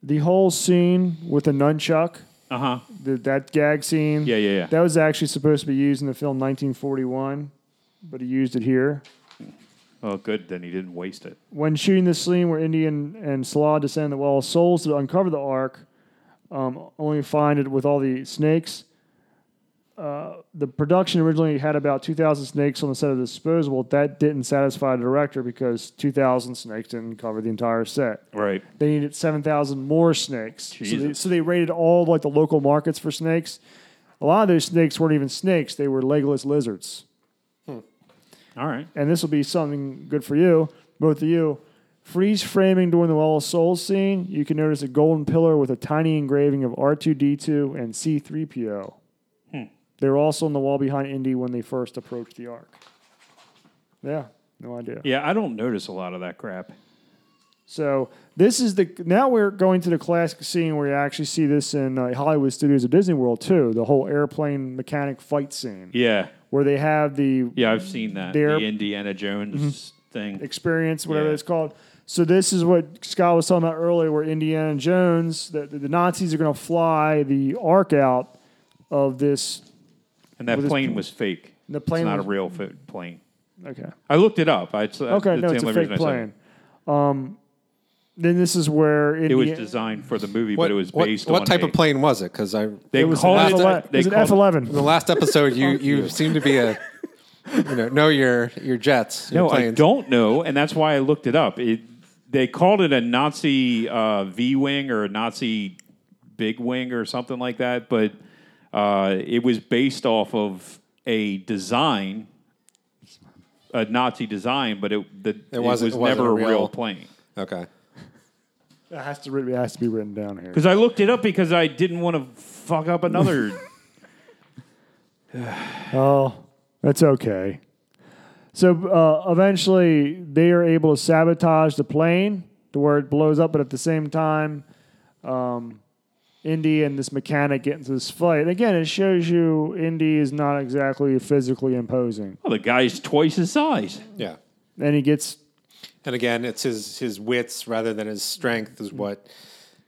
S1: the whole scene with the nunchuck,
S2: Uh huh.
S1: the, that gag scene,
S2: Yeah, yeah, yeah.
S1: Uh-huh. that was actually supposed to be used in the film 1941, but he used it here.
S2: Oh, good. Then he didn't waste it.
S1: when shooting the scene where Indy and, and Salah descend the well of souls to uncover the ark, um, only find it with all the snakes. Uh, the production originally had about 2,000 snakes on the set of the disposable. That didn't satisfy the director because 2,000 snakes didn't cover the entire set.
S2: Right.
S1: They needed 7,000 more snakes. So they,
S2: Jesus.
S1: so they raided all like the local markets for snakes. A lot of those snakes weren't even snakes, they were legless lizards
S2: All right.
S1: and this will be something good for you, both of you. Freeze framing during the Well of Souls scene, you can notice a golden pillar with a tiny engraving of R2D2 and C3PO. They were also on the wall behind Indy when they first approached the Ark. Yeah, no idea.
S2: Yeah, I don't notice a lot of that crap.
S1: So this is the now we're going to the classic scene where you actually see this in uh, Hollywood Studios at Disney World too. The whole airplane mechanic fight scene
S2: Yeah.
S1: where they have the
S2: Yeah, I've seen that.
S1: They're- Mm-hmm.
S2: the Indiana Jones thing.
S1: experience, whatever
S2: Yeah.
S1: it's called. So this is what Scott was talking about earlier, where Indiana Jones, the, the Nazis are going to fly the ark out of this.
S2: And that
S1: Well, this-
S2: plane was fake.
S1: The plane
S2: It's not
S1: was-
S2: a real fa- plane.
S1: Okay.
S2: I looked it up. I, it's,
S1: Okay, no, it's a fake plane. Um, then this is where
S2: It was
S1: Indiana,
S2: designed for the movie,
S3: What,
S2: but it was
S3: what-
S2: based
S3: what
S2: on
S3: type
S2: a-
S3: of plane was it? Because I
S2: They
S1: it was an
S2: called it.
S1: F11. It
S2: they
S1: was an
S2: called it-
S1: F11.
S3: in the last episode you you seemed to be a you know, know your your jets. Your
S2: No, I
S3: planes.
S2: don't know, and that's why I looked it up. It, they called it a Nazi uh, V wing or a Nazi big wing or something like that, but uh, it was based off of a design, a Nazi design, but it the, it,
S3: wasn't-
S2: was
S3: it wasn't
S2: never a
S3: a
S2: real,
S3: real-
S2: plane.
S3: Okay.
S1: It has to writ- it has to be written down here.
S2: Because I looked it up because I didn't want to fuck up another.
S1: Oh, that's okay. So uh, eventually, they are able to sabotage the plane to where it blows up, but at the same time, um, Indy and this mechanic get into this fight. And again, it shows you Indy is not exactly physically imposing,
S2: well, the guy's twice his size.
S3: Yeah.
S1: and he gets
S3: And again, it's his his wits rather than his strength is what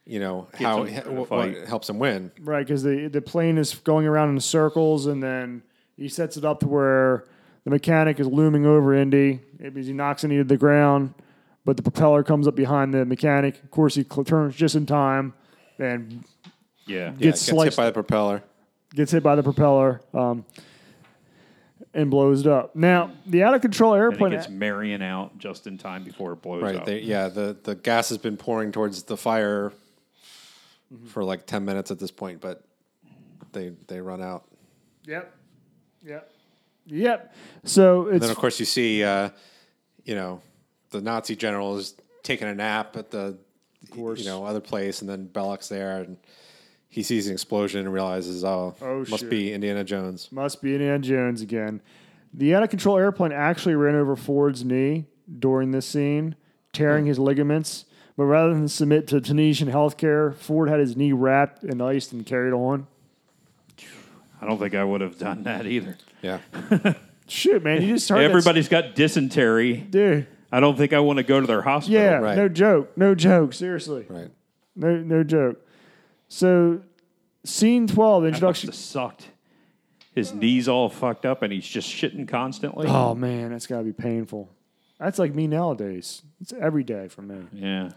S3: you know how
S2: Mm-hmm. him in a
S3: what, what
S2: fight.
S3: helps him win.
S1: Right, because the the plane is going around in circles, and then he sets it up to where the mechanic is looming over Indy. It means he knocks Indy to the ground, but the propeller comes up behind the mechanic. Of course, he cl- turns just in time and
S2: Yeah.
S3: Yeah,
S1: gets
S3: it gets hit
S1: sliced,
S3: by the propeller.
S1: gets hit by the propeller, um, and blows it up. Now, the out of control
S2: And it
S1: airplane.
S2: gets Marion out just in time before it blows
S3: Right.
S2: up.
S3: They, yeah. The the gas has been pouring towards the fire
S2: Mm-hmm.
S3: for like ten minutes at this point, but they they run out.
S1: Yep, yep, yep. So it's
S3: then of course you see, uh, you know, the Nazi general is taking a nap at the, you know, other place, and then Belloc's there, and he sees an explosion and realizes, oh,
S1: Oh,
S3: must
S1: shit.
S3: be Indiana Jones.
S1: Must be Indiana Jones again. The out of control airplane actually ran over Ford's knee during this scene, tearing his ligaments. But rather than submit to Tunisian healthcare, Ford had his knee wrapped and iced and carried on.
S2: I don't think I would have done that either.
S3: Yeah,
S1: Shit, man, you just started.
S2: Everybody's got dysentery.
S1: dude.
S2: I don't think I want to go to their hospital.
S1: Yeah,
S3: Right.
S1: no joke, no joke. Seriously,
S3: right.
S1: no, no joke. So, scene twelve,
S2: Must
S1: introduction.
S2: have sucked. His knees all fucked up, and he's just shitting constantly.
S1: Oh man, that's gotta be painful. That's like me nowadays. It's every day for me.
S2: Yeah,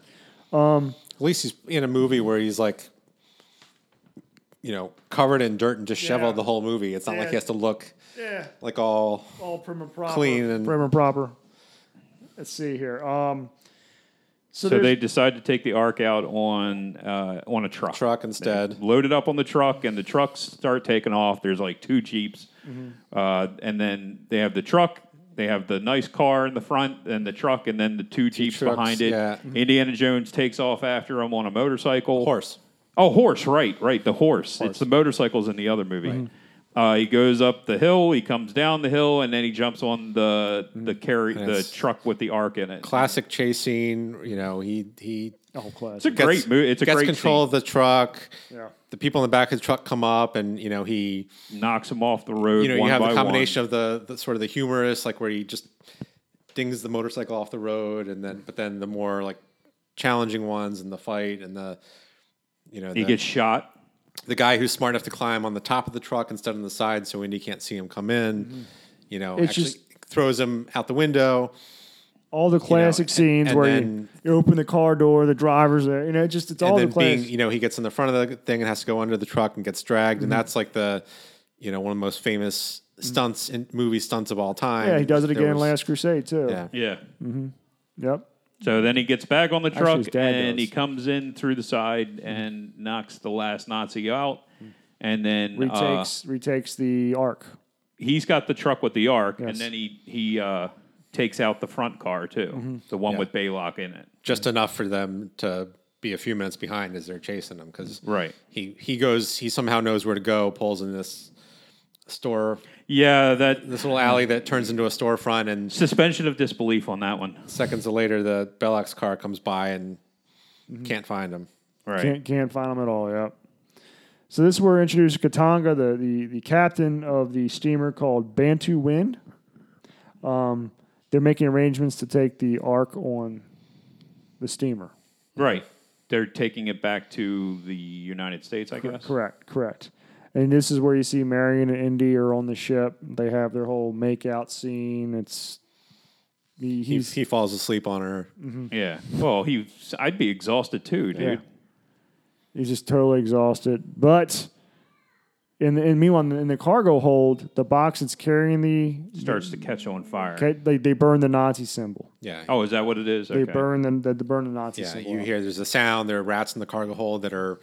S3: At least he's in a movie where he's like, you know, covered in dirt and disheveled
S1: Yeah.
S3: the whole movie. It's not like
S1: Yeah.
S3: he has to look
S1: Yeah.
S3: like all
S1: all prim and proper.
S3: Clean and-
S1: prim and proper. Let's see here. Um, so,
S2: so
S1: there's
S2: they decide to take the ark out on uh, on a truck.
S3: truck instead.
S2: Load it up on the truck, and the trucks start taking off. There's like two jeeps,
S1: Mm-hmm.
S2: uh, and then they have the truck. They have the nice car in the front, and the truck, and then the two jeeps
S3: trucks,
S2: behind it.
S3: yeah.
S1: Mm-hmm.
S2: Indiana Jones takes off after him on a motorcycle.
S3: Horse.
S2: Oh, horse, right, right. The horse. It's the motorcycles in the other movie. Uh, he goes up the hill, he comes down the hill, and then he jumps on the the carry the
S3: Mm-hmm. it's-
S2: truck with the ark in it.
S3: Classic chase scene. You know, he he
S1: oh, class.
S2: It's a great
S3: gets-
S2: movie. It's a
S3: gets
S2: great
S3: control
S2: scene.
S3: of the truck.
S1: Yeah.
S3: The people in the back of the truck come up, and you know he
S2: Knocks him off the road.
S3: you know
S2: one
S3: you have
S2: by
S3: the combination of the, the sort of the humorous like where he just dings the motorcycle off the road and then but then the more like challenging ones and the fight and the you know
S2: One. He
S3: the,
S2: gets shot.
S3: the guy who's smart enough to climb on the top of the truck instead of on the side so Indy can't see him come in
S2: Mm-hmm.
S3: you know
S1: It's
S3: actually
S1: just-
S3: throws him out the window
S1: All the classic
S3: and-
S1: scenes
S3: and
S1: where you,
S3: then-
S1: you open the car door, the driver's there. You know, just it's all
S3: and
S1: the
S3: then
S1: classic.
S3: being you know he gets in the front of the thing and has to go under the truck and gets dragged
S1: Mm-hmm.
S3: and that's like the you know one of the most famous stunts in movie stunts of all time
S1: yeah, he does it
S3: There
S1: again in
S3: was-
S1: Last Crusade too.
S3: yeah Uh,
S2: Yeah.
S1: Yep.
S2: So then he gets back on the
S1: Actually, his
S2: truck
S1: dad
S2: and
S1: does.
S2: he comes in through the side and knocks the last Nazi out.
S3: Mm.
S2: And then uh,
S1: Retakes retakes the arc.
S2: he's got the truck with the ark,
S1: Yes.
S2: and then he he uh, takes out the front car too,
S3: Mm-hmm.
S2: the one with Baylock in it.
S3: just enough for them to be a few minutes behind as they're chasing him because
S2: Right.
S3: he he goes he somehow knows where to go pulls in this store
S2: Yeah, that
S3: this little alley that turns into a storefront and
S2: suspension of disbelief on that one.
S3: seconds later the Belloc's car comes by and
S1: Mm-hmm.
S3: can't find him
S2: Right.
S1: Can't can't find them at all. Yep. So this is where we're introduced to Katanga, the, the the captain of the steamer called Bantu Wind. Um, they're making arrangements to take the arc on the steamer.
S2: Right. They're taking it back to the United States, I guess.
S1: Correct, correct. And this is where you see Marion and Indy are on the ship. They have their whole makeout scene. It's he,
S3: he,
S1: he's Mm-hmm.
S3: he falls asleep on her
S2: Yeah. Well, he I'd be exhausted too, dude.
S1: he's just totally exhausted. But And, and meanwhile, in the cargo hold, the box that's carrying the
S2: starts to catch on fire.
S1: okay, they, they burn the Nazi symbol.
S3: Yeah.
S2: Oh, is that what it is?
S1: They
S2: Okay.
S1: burn the they burn the Nazi
S3: yeah.
S1: symbol.
S3: You
S1: up.
S3: hear there's a sound. There are rats in the cargo hold that are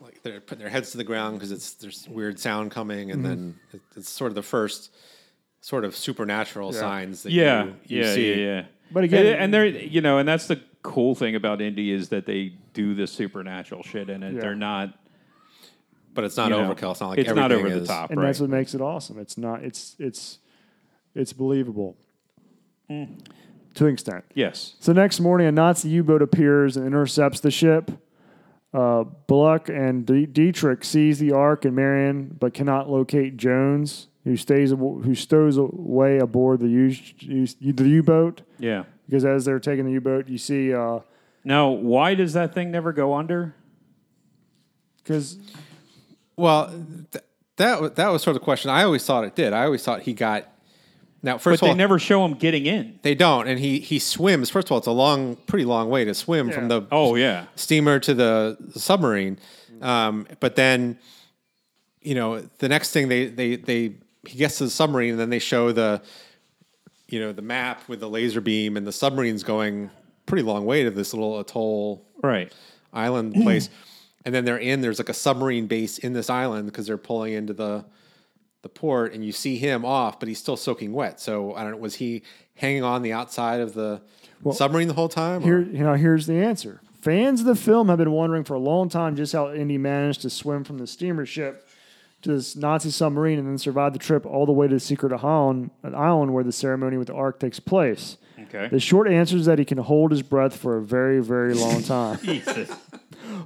S3: like they're putting their heads to the ground because it's there's weird sound coming, and then
S2: Mm-hmm.
S3: it, it's sort of the first sort of supernatural signs that
S2: Yeah,
S3: you, you
S2: yeah,
S3: see.
S2: yeah, yeah.
S1: But again-
S2: and, and they're you know, and that's the cool thing about indie is that they do the supernatural shit in it.
S1: Yeah.
S2: They're not
S3: But it's not
S2: you know,
S3: overkill. it's not like
S2: it's not
S3: everything
S2: over the
S3: is-
S2: top,
S1: and
S2: right?
S1: that's what makes it awesome. It's not. It's it's it's believable to an extent.
S2: yes,
S1: So next morning, a Nazi U-boat appears and intercepts the ship. Uh, Bluck and D- Dietrich seize the Ark and Marion, but cannot locate Jones, who stays abo- who stows away aboard the U- U- the U-boat.
S2: yeah.
S1: Because as they're taking the U-boat, you see uh,
S2: Now, why does that thing never go under?
S1: because
S3: Well, th- that wa- that was sort of the question. I always thought it did. I always thought he got. Now, first
S2: But
S3: of
S2: they
S3: all,
S2: never show him getting in.
S3: they don't, and he he swims. First of all, it's a long, pretty long way to swim from
S1: Yeah.
S3: the
S2: Oh yeah,
S3: steamer to the submarine. Um, but then, you know, the next thing they they they he gets to the submarine, and then they show the, you know, the map with the laser beam, and the submarine's going pretty long way to this little atoll
S2: right.
S3: island place, and then they're in. There's like a submarine base in this island because they're pulling into the the port, and you see him off, but he's still soaking wet. So I don't know. Was he hanging on the outside of the submarine the whole time? or-
S1: Here, you know, here's the answer. Fans of the film have been wondering for a long time just how Indy managed to swim from the steamer ship to this Nazi submarine and then survive the trip all the way to Secret Island, an island where the ceremony with the Ark takes place.
S2: Okay.
S1: The short answer is that he can hold his breath for a very, very long time.
S2: Jesus.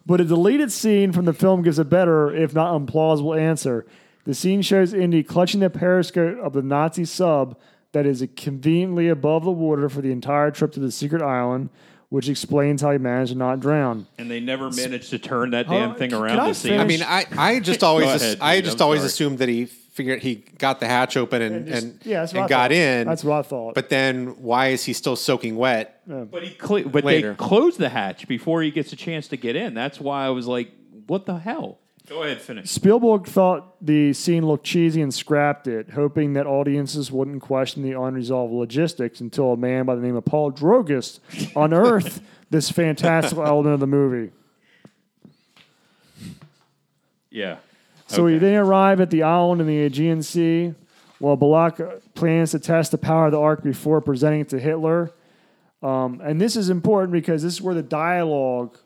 S1: But a deleted scene from the film gives a better, if not implausible, answer. The scene shows Indy clutching the periscope of the Nazi sub that is conveniently above the water for the entire trip to the secret island, which explains how he managed to not drown.
S2: And they never managed to turn that damn
S1: on,
S2: thing
S1: can
S2: around
S1: I
S2: to see.
S1: finish?
S3: I mean, I, I just always
S2: Go ahead,
S3: I
S2: dude,
S3: just
S2: I'm
S3: always
S2: sorry.
S3: assumed that he figured he got the hatch open and and,
S1: just-
S3: and,
S1: yeah, that's what I
S3: got
S1: thought.
S3: in.
S1: That's what I thought.
S3: But then why is he still soaking wet?
S2: But he cle- but
S3: Later.
S2: they close the hatch before he gets a chance to get in. That's why I was like, what the hell? Go ahead, finish.
S1: Spielberg thought the scene looked cheesy and scrapped it, hoping that audiences wouldn't question the unresolved logistics until a man by the name of Paul Drogas unearthed this fantastical element of the movie.
S2: Yeah.
S1: So
S2: Okay.
S1: we then arrive at the island in the Aegean Sea, while Balak plans to test the power of the Ark before presenting it to Hitler. Um, and this is important because this is where the dialogue,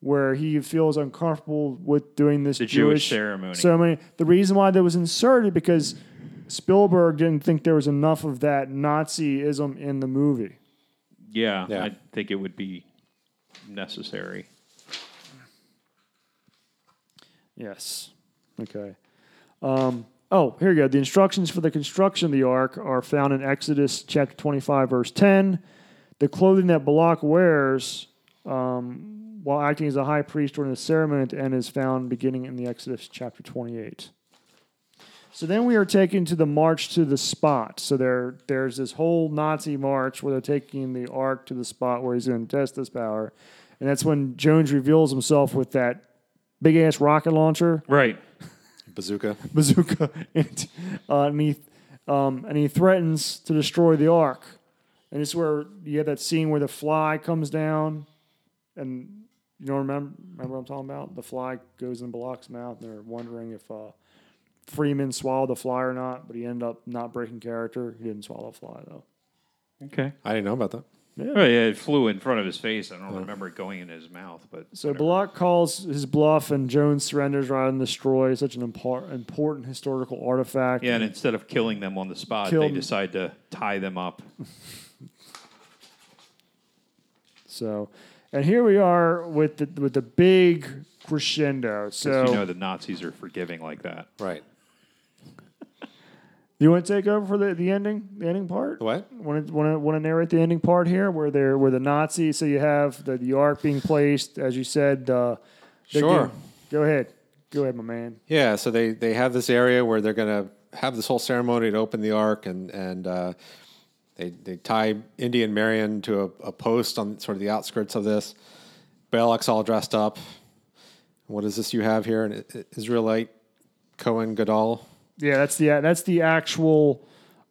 S1: where he feels uncomfortable with doing this
S2: The Jewish ceremony.
S1: ceremony. The reason why that was inserted because Spielberg didn't think there was enough of that Nazism in the movie.
S2: Yeah,
S3: Yeah.
S2: I think it would be necessary.
S1: Yes. Okay. Um, oh, here you go. The instructions for the construction of the ark are found in Exodus chapter 25, verse 10. The clothing that Balak wears um, while acting as a high priest during the ceremony at the end is found beginning in the Exodus chapter 28. So then we are taken to the march to the spot. So there, there's this whole Nazi march where they're taking the ark to the spot where he's going to test his power. And that's when Jones reveals himself with that big ass rocket launcher,
S2: Right.
S3: Bazooka.
S1: bazooka, and, uh, and, he, um, and he threatens to destroy the ark. And it's where you have that scene where the fly comes down, and you don't remember, remember what I'm talking about? The fly goes in Balak's mouth, and they're wondering if uh, Freeman swallowed the fly or not, but he ended up not breaking character. He didn't swallow the fly, though.
S2: Okay.
S3: I didn't know about that.
S2: Oh, yeah, it flew in front of his face. I don't remember it going in his mouth, but
S1: So Block calls his bluff, and Jones surrenders rather than destroy such an impor- important historical artifact.
S2: yeah, and instead of killing them on the spot,
S1: Kill
S2: they
S1: them.
S2: decide to tie them up.
S1: So, and here we are with the with the big crescendo. So,
S2: 'Cause
S1: you,
S2: you know the Nazis are forgiving like that.
S3: Right.
S1: want to take over for the, the ending, the ending part?
S3: What?
S1: Want to want to want to narrate the ending part here, where they're where the Nazis. So you have the the ark being placed, as you said. Uh, they're
S3: Sure.
S1: getting- Go ahead. Go ahead, my man.
S3: Yeah. So they they have this area where they're gonna have this whole ceremony to open the ark, and and uh, they they tie Indian Marion to a, a post on sort of the outskirts of this. Balak's all dressed up. What is this you have here? An I- Israelite Cohen Gadol.
S1: Yeah, that's the that's the actual.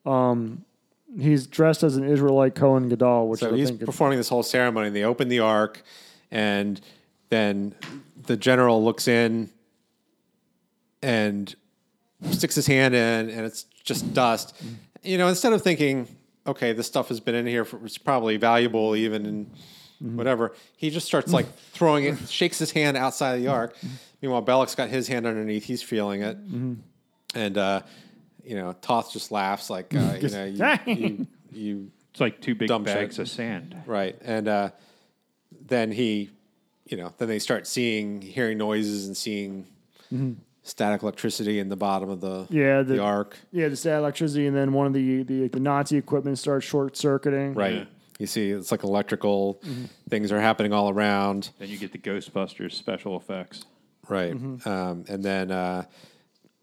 S1: Um, he's dressed as an Israelite Cohen Gadol, which
S3: So
S1: I
S3: he's
S1: think
S3: performing this whole ceremony. They open the ark, and then the general looks in and sticks his hand in, and it's just dust. You know, instead of thinking, okay, this stuff has been in here, for, it's probably valuable, even and
S1: Mm-hmm.
S3: whatever, he just starts like throwing it, shakes his hand outside of the ark. Meanwhile, Belloc's got his hand underneath, he's feeling it.
S1: Mm-hmm.
S3: And, uh, you know, Toth just laughs like, uh, you know, you, you, you
S2: It's like two big
S3: Dumb
S2: bags
S3: shit.
S2: of sand.
S3: Right. And uh, then he, you know, then they start seeing, hearing noises and seeing static electricity in the bottom of the
S1: Yeah,
S3: the,
S1: the-
S3: arc.
S1: yeah, the sad electricity, and then one of the the, the Nazi equipment starts short circuiting.
S3: Right. You see, it's like electrical things are happening all around.
S2: Then you get the Ghostbusters special effects.
S3: Right. Um, and then, uh,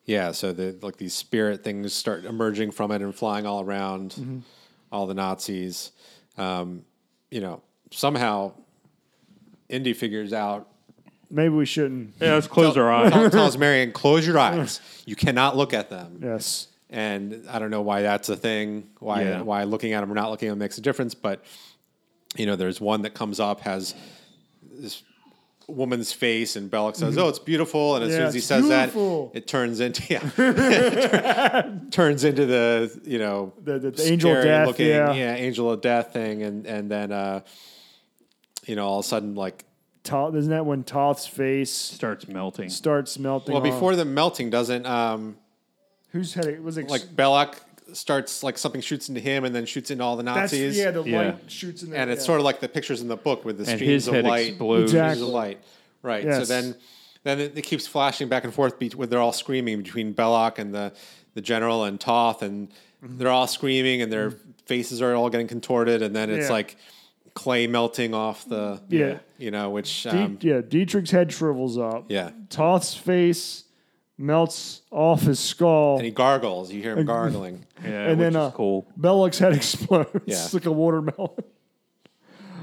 S3: yeah, so the like these spirit things start emerging from it and flying all around all the Nazis. Um, you know, somehow Indy figures out
S1: Maybe we shouldn't.
S2: Yeah, let's close our eyes.
S3: Tom tells Marion, close your eyes. You cannot look at them.
S1: Yes.
S3: And I don't know why that's a thing, why
S2: Yeah.
S3: why looking at them or not looking at them makes a difference, but you know, there's one that comes up has this woman's face and Belloc says, "Oh, it's beautiful." And
S1: Mm-hmm.
S3: as
S1: Yeah,
S3: soon as he
S1: it's
S3: says
S1: beautiful.
S3: that, it turns into yeah, turns into the, you know,
S1: The- the- the angel of
S3: scary
S1: death, yeah.
S3: angel of death thing and and then uh you know, all of a sudden like
S1: Toth, isn't that when Toth's face
S2: Starts melting.
S1: starts melting?
S3: well,
S1: off?
S3: before the melting doesn't um
S1: whose head it was it
S3: like Belloc starts like something shoots into him and then shoots into all the
S1: that's
S3: Nazis.
S1: yeah the
S2: Yeah.
S1: light shoots in there
S3: and it's sort of like the pictures in the book with the
S2: And
S3: streams
S2: his
S3: of
S2: head
S3: light,
S2: explodes.
S3: streams of
S1: Exactly.
S3: light. Right. So
S1: Yes.
S3: then, then it, it keeps flashing back and forth. Be- where they're all screaming between Belloc and the the general and Toth, and
S1: Mm-hmm.
S3: they're all screaming and their faces are all getting contorted, and then it's
S1: Yeah.
S3: like clay melting off the
S1: Yeah.
S3: you know, which
S1: of
S3: um,
S1: yeah Dietrich's head shrivels up
S3: yeah.
S1: Toth's face melts off his skull
S3: And he gargles. You hear him gargling.
S2: Yeah,
S1: and
S2: which
S1: then
S2: is
S1: uh,
S2: cool.
S1: Belloc's head explodes
S3: Yeah.
S1: like a watermelon. Um,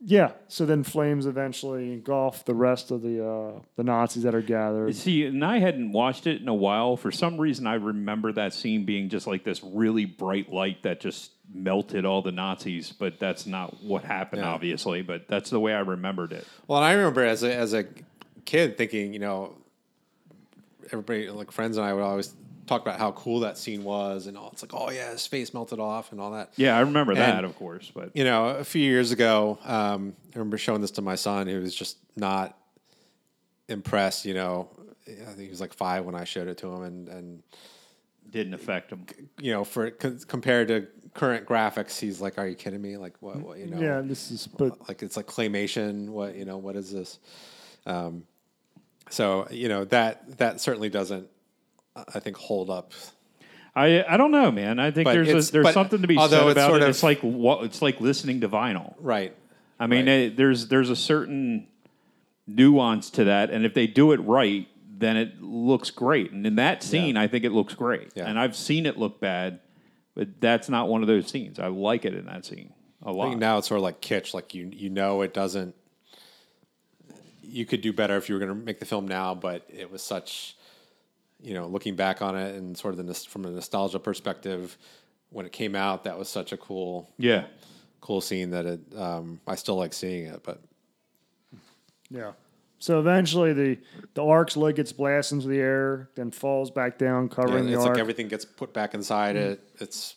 S1: yeah. So then flames eventually engulf the rest of the uh, the Nazis that are gathered.
S2: See, and I hadn't watched it in a while. For some reason, I remember that scene being just like this really bright light that just melted all the Nazis. But that's not what happened,
S3: Yeah.
S2: obviously. But that's the way I remembered it.
S3: Well, and I remember as a, as a kid thinking, you know, everybody like friends and I would always talk about how cool that scene was, and all, it's like, oh yeah, his face melted off and all that.
S2: Yeah, I remember that,
S3: And-
S2: of course. But
S3: You know, a few years ago, um, I remember showing this to my son, who was just not impressed. You know, I think he was like five when I showed it to him, and and
S2: didn't affect him.
S3: you know, for c- compared to current graphics, he's like, are you kidding me? Like what? what you know,
S1: yeah. This is but
S3: like it's like claymation what you know what is this um, so you know that that certainly doesn't i I think hold up
S2: I I don't know, man. I think
S3: But
S2: there's
S3: it's-
S2: a, there's
S3: but
S2: something to be
S3: although
S2: said
S3: it's
S2: about
S3: sort
S2: it.
S3: of-
S2: it's like what it's like listening to vinyl.
S3: right
S2: I mean,
S3: Right.
S2: eh, there's there's a certain nuance to that, and if they do it right, then it looks great. And in that scene, I think it looks great.
S3: Yeah.
S2: And I've seen it look bad, but that's not one of those scenes. I like it in that scene a
S3: I
S2: lot.
S3: think now it's sort of like kitsch like you you know it doesn't you could do better if you were going to make the film now but it was such you know looking back on it and sort of the, nos- from a nostalgia perspective when it came out that was such a cool
S2: Yeah,
S3: cool scene that it um, i still like seeing it but
S1: yeah. So eventually the the ark's leg gets blasted into the air, then falls back down,
S3: Yeah,
S1: covering
S3: it's
S1: the ark.
S3: like everything gets put back inside it. It's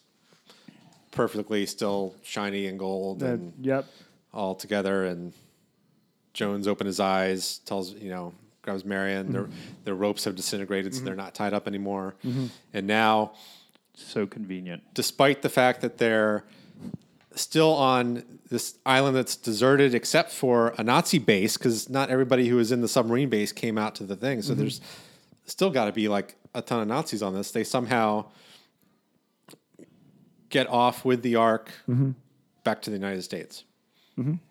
S3: perfectly still shiny and gold
S1: That-
S3: and
S1: yep.
S3: all together. And Jones opened his eyes, tells you know, grabs Marion. Their their ropes have disintegrated, so they're not tied up anymore. And now,
S2: so convenient.
S3: despite the fact that they're still on this island that's deserted except for a Nazi base, because not everybody who was in the submarine base came out to the thing.
S1: Mm-hmm.
S3: So there's still got to be like a ton of Nazis on this. They somehow get off with the Ark
S1: Mm-hmm.
S3: back to the United States.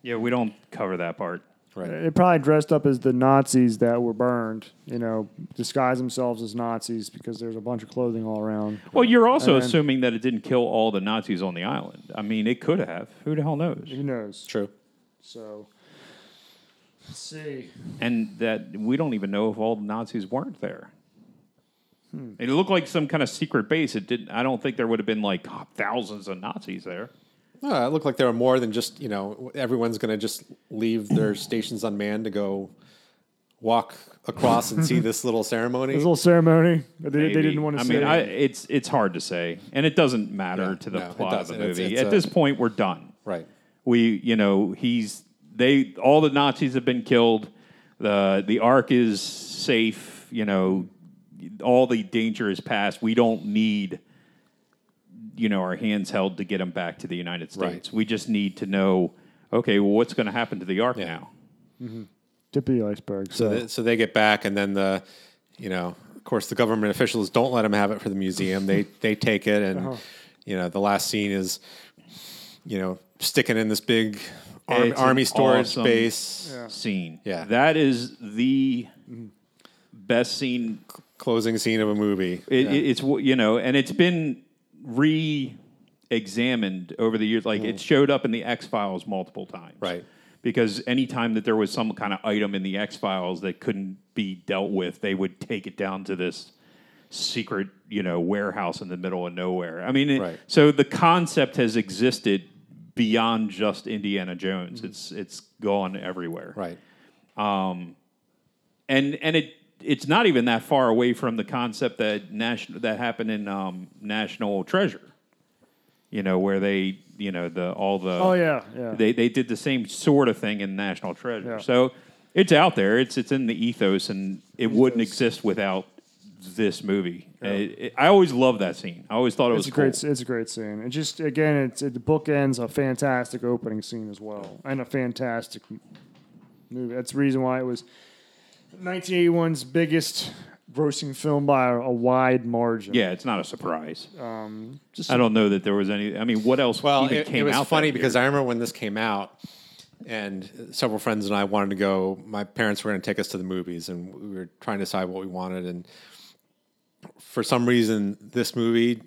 S2: Yeah, we don't cover that part.
S3: Right.
S1: They probably dressed up as the Nazis that were burned, you know, disguise themselves as Nazis because there's a bunch of clothing all around.
S2: Well, you're also
S1: And then-
S2: assuming that it didn't kill all the Nazis on the island. I mean, it could have. Who the hell knows?
S1: Who knows?
S3: True.
S1: So let's see.
S2: And that we don't even know if all the Nazis weren't there.
S3: Hmm.
S2: It looked like some kind of secret base. It didn't. I don't think there would have been like thousands of Nazis there.
S3: No, it looked like there were more than just you know everyone's going to just leave their stations unmanned to go walk across and see this little ceremony.
S1: There's a little ceremony, but they, they
S2: Maybe.
S1: didn't want to
S2: I
S1: say.
S2: mean, I, it's it's hard to say, and it doesn't matter
S3: Yeah,
S2: to the
S3: no, it
S2: plot of the
S3: doesn't. It's-
S2: movie.
S3: it's
S2: At
S3: a-
S2: this point, we're done.
S3: right.
S2: We, you know, he's they all the Nazis have been killed. the The Ark is safe. You know, all the danger is past. We don't need, you know, our hands held to get him back to the United
S3: Right.
S2: States. We just need to know, okay, well, what's going to happen to the Ark
S3: Yeah.
S2: now?
S1: tip of the iceberg.
S3: So
S1: So,
S3: they, so they get back, and then the, you know, of course, the government officials don't let them have it for the museum. They they take it, and you know, the last scene is, you know, sticking in this big arm,
S2: It's an
S3: army storage
S2: awesome-
S3: base,
S2: Scene.
S3: Yeah. Mm-hmm.
S2: that is the best scene
S3: closing scene of a movie.
S2: It, it, it's wh- you know, and it's been re-examined over the years. Like it showed up in the X Files multiple times,
S3: Mm. Right.
S2: Because anytime that there was some kind of item in the X Files that couldn't be dealt with, they would take it down to this secret, you know, warehouse in the middle of nowhere. I mean, it,
S3: Right.
S2: so the concept has existed beyond just Indiana Jones.
S3: Mm-hmm.
S2: It's it's gone everywhere
S3: Right.
S2: and and it it's not even that far away from the concept that national that happened in um, National Treasure. You know where they you know the all the
S1: oh yeah, yeah.
S2: they they did the same sort of thing in National Treasure.
S1: Yeah.
S2: So it's out there. It's it's in the ethos, and it wouldn't exist without this movie. It- it- I always loved that scene. I always thought it was
S1: it's a great, it's a great scene. It just again, it's it, the book ends a fantastic opening scene as well, and a fantastic m- movie. That's the reason why it was 1981's biggest grossing film by a, a wide margin.
S2: Yeah, it's not a surprise. Um, I don't know that there was any. I mean, what else?
S3: Well,
S2: even
S3: it,
S2: came
S3: it was
S2: out that
S3: funny
S2: year?
S3: because I remember when this came out, and several friends and I wanted to go. My parents were going to take us to the movies, and we were trying to decide what we wanted. And for some reason, this movie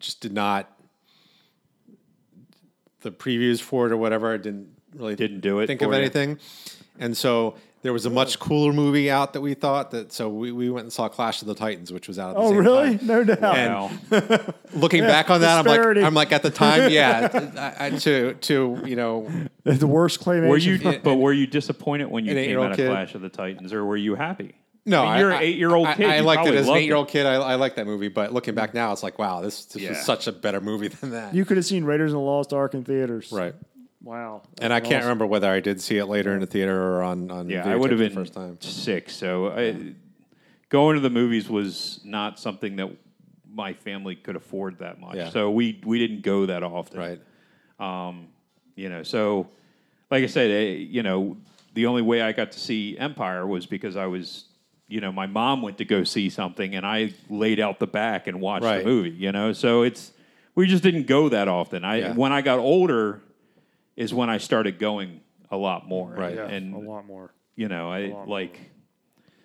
S3: just did not. The previews for it or whatever, I didn't really
S2: Didn't do it
S3: Think
S2: for
S3: of
S2: you.
S3: anything, and so there was a much cooler movie out that we thought that. So we, we went and saw Clash of the Titans, which was out. At the
S1: Oh
S3: same
S1: really?
S3: time
S1: No doubt.
S2: Wow.
S3: looking back on that,
S1: disparity.
S3: I'm like, I'm like at the time, yeah, I, I, to to you know,
S1: The worst claymation.
S2: Were you?
S3: Yeah.
S2: but were you disappointed when you
S3: An
S2: came
S3: eight-year-old
S2: out of
S3: kid.
S2: Clash of the Titans, or were you happy?
S3: no,
S2: I mean, you're
S3: I-
S2: an eight-year-old
S3: I-
S2: kid.
S3: I,
S2: you
S3: liked it
S2: probably
S3: as an
S2: loved
S3: eight-year-old kid. I, I like that movie, but looking back now, it's like, wow, this, this
S2: Yeah.
S3: was such a better movie than that.
S1: You could have seen Raiders and the Lost Ark in theaters.
S3: right.
S1: Wow.
S3: And I can't remember whether I did see it later in the theater or on on
S2: Yeah,
S3: videotape
S2: I would have
S3: the
S2: been
S3: first time.
S2: six. So I, going to the movies was not something that my family could afford that much.
S3: Yeah.
S2: So we we didn't go that often.
S3: Right.
S2: You know. So like I said, eh, you know, the only way I got to see Empire was because I was. You know, my mom went to go see something, and I laid out the back and watched
S3: Right.
S2: the movie. You know, so it's we just didn't go that often. I
S3: Yeah.
S2: when I got older, is when I started going a lot more.
S3: Right.
S1: Yeah,
S2: and
S1: a lot more.
S2: you know i like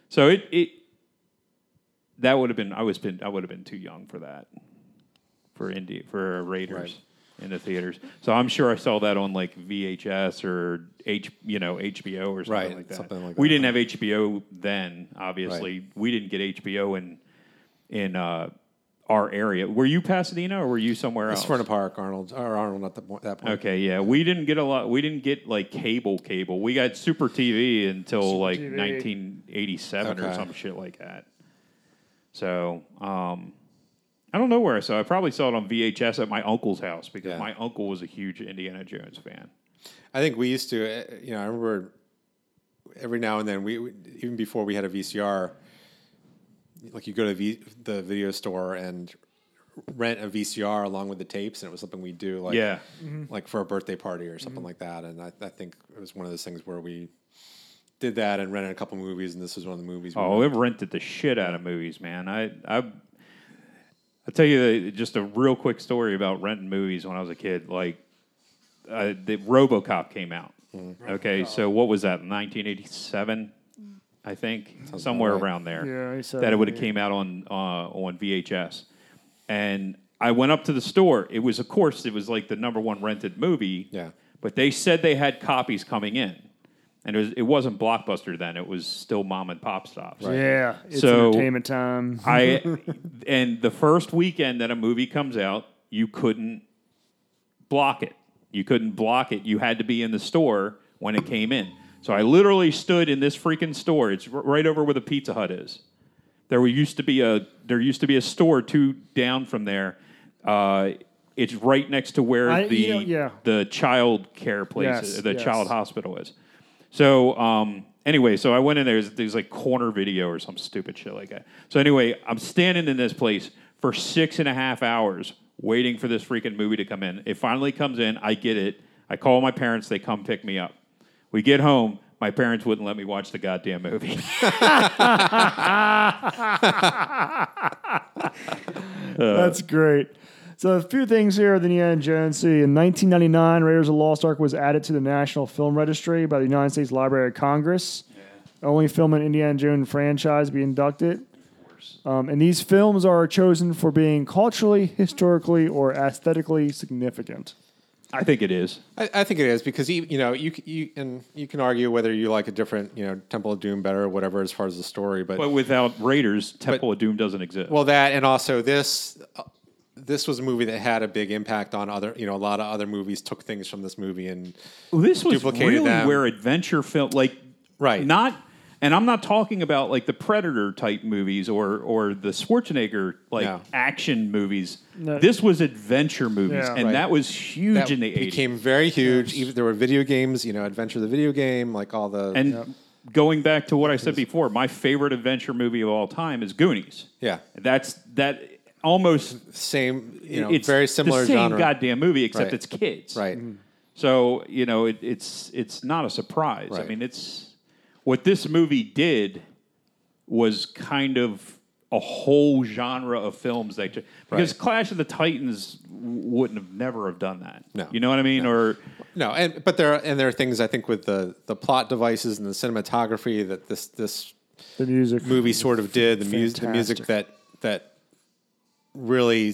S2: so it it that would have been i was been i would have been too young for that for indie for raiders in the theaters so i'm sure i saw that on like vhs or h you know hbo or something
S3: Right,
S2: like that
S3: something like
S2: we
S3: that.
S2: didn't have hbo then obviously we didn't get hbo in in uh our area were you pasadena or were you somewhere else
S3: Smyrna Park, Arnold or Arnold at the, po- that point.
S2: Okay, yeah, we didn't get a lot. We didn't get like cable, cable. We got Super TV until like
S1: TV.
S2: 1987 or
S3: Okay.
S2: some shit like that. So um, I don't know where I saw. it. I probably saw it on VHS at my uncle's house because
S3: Yeah.
S2: my uncle was a huge Indiana Jones fan.
S3: I think we used to, uh, you know, I remember every now and then we we- even before we had a VCR, like you go to v, the video store and rent a VCR along with the tapes, and it was something we do, like
S2: Yeah. Mm-hmm.
S3: like for a birthday party or something like that. And I, I think it was one of those things where we did that and rented a couple movies, and this was one of the movies. we
S2: Oh, it rented the shit out of movies, man. I I I tell you just a real quick story about renting movies when I was a kid. Like uh, the RoboCop came out.
S3: Mm-hmm.
S2: Okay, so what was that? 1987, I think, somewhere
S3: about right.
S2: around there.
S1: Yeah, I said
S2: that it would have came out on uh, on VHS. And I went up to the store. It was, of course, it was like the number one rented movie.
S3: Yeah.
S2: But they said they had copies coming in. and it was it wasn't blockbuster then; it was still mom and pop stops.
S1: Yeah, it's
S2: So-
S1: entertainment time.
S2: I and the first weekend that a movie comes out, you couldn't block it. You couldn't block it. You had to be in the store when it came in. So I literally stood in this freaking store. It's r- right over where the Pizza Hut is. There were- used to be a there used to be a store two down from there. Uh, it's right next to where
S1: I-
S2: the
S1: you know, yeah.
S2: the child care place,
S1: Yes,
S2: the
S1: yes.
S2: child hospital is. So um, anyway, so I went in there. There's, there's like corner video or some stupid shit like that. So anyway, I'm standing in this place for six and a half hours waiting for this freaking movie to come in. It finally comes in. I get it. I call my parents. They come pick me up. We get home. My parents wouldn't let me watch the goddamn movie.
S1: That's great. So a few things here with Indiana Jones. See, in 1999, Raiders of the Lost Ark was added to the National Film Registry by the United States Library of Congress. Only film in Indiana Jones franchise to be inducted. Um, and these films are chosen for being culturally, historically, or aesthetically significant.
S2: I think it is.
S3: I, I think it is because e, you, you know you, c- you and you can argue whether you like a different you know Temple of Doom better or whatever as far as the story, but
S2: But without Raiders, Temple of Doom doesn't exist.
S3: Well, that and also this uh, this was a movie that had a big impact on other you know a lot of other movies took things from this movie and
S2: this was
S3: duplicated
S2: really
S3: them.
S2: where adventure film like
S3: Right.
S2: not and i'm not talking about like the predator type movies or or the schwarzenegger like
S3: No.
S2: action movies this was adventure movies
S1: Yeah.
S2: and
S1: Right.
S2: that was huge
S3: that
S2: in the 80s
S3: became very huge. Even there were video games, you know, Adventure the video game, like all the
S2: and going back to what i said before my favorite adventure movie of all time is goonies
S3: yeah,
S2: that's that almost
S3: same you know
S2: it's
S3: very similar
S2: the same Mm.
S3: genre.
S2: goddamn movie except
S3: Right.
S2: it's kids
S3: right.
S2: So you know, it, it's it's not a surprise. I
S3: Right.
S2: mean, it's what this movie did was kind of a whole genre of films they took because
S3: Right.
S2: Clash of the Titans wouldn't have never have done that.
S3: No.
S2: You know what I mean? Or
S3: No, and but there are, and there are things I think with the the plot devices and the cinematography that this this
S1: The music
S3: movie sort of did the music the music
S1: Fantastic.
S3: that that really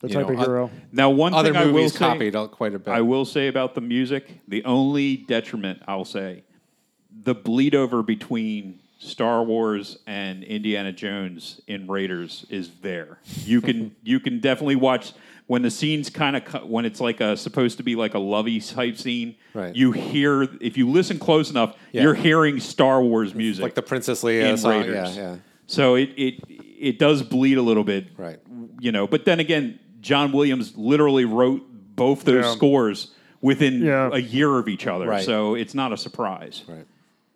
S1: the
S3: you
S1: type
S3: know,
S1: of
S3: oth-
S1: hero.
S2: now one
S3: other
S2: thing I will
S3: movies
S2: say,
S3: copied out quite a bit.
S2: I will say about the music, the only detriment I'll say, the bleed over between Star Wars and Indiana Jones in Raiders is there. You can you can definitely watch when the scenes kind of cut when it's like a supposed to be like a lovey type scene.
S3: Right.
S2: You hear if you listen close enough,
S3: Yeah.
S2: you're hearing Star Wars music
S3: like the Princess Leia
S2: in
S3: song.
S2: Raiders.
S3: Yeah, yeah.
S2: So it it it does bleed a little bit,
S3: Right.
S2: You know, but then again, John Williams literally wrote both those
S1: Yeah.
S2: scores within
S1: Yeah.
S2: a year of each other,
S3: Right.
S2: so it's not a surprise.
S3: Right.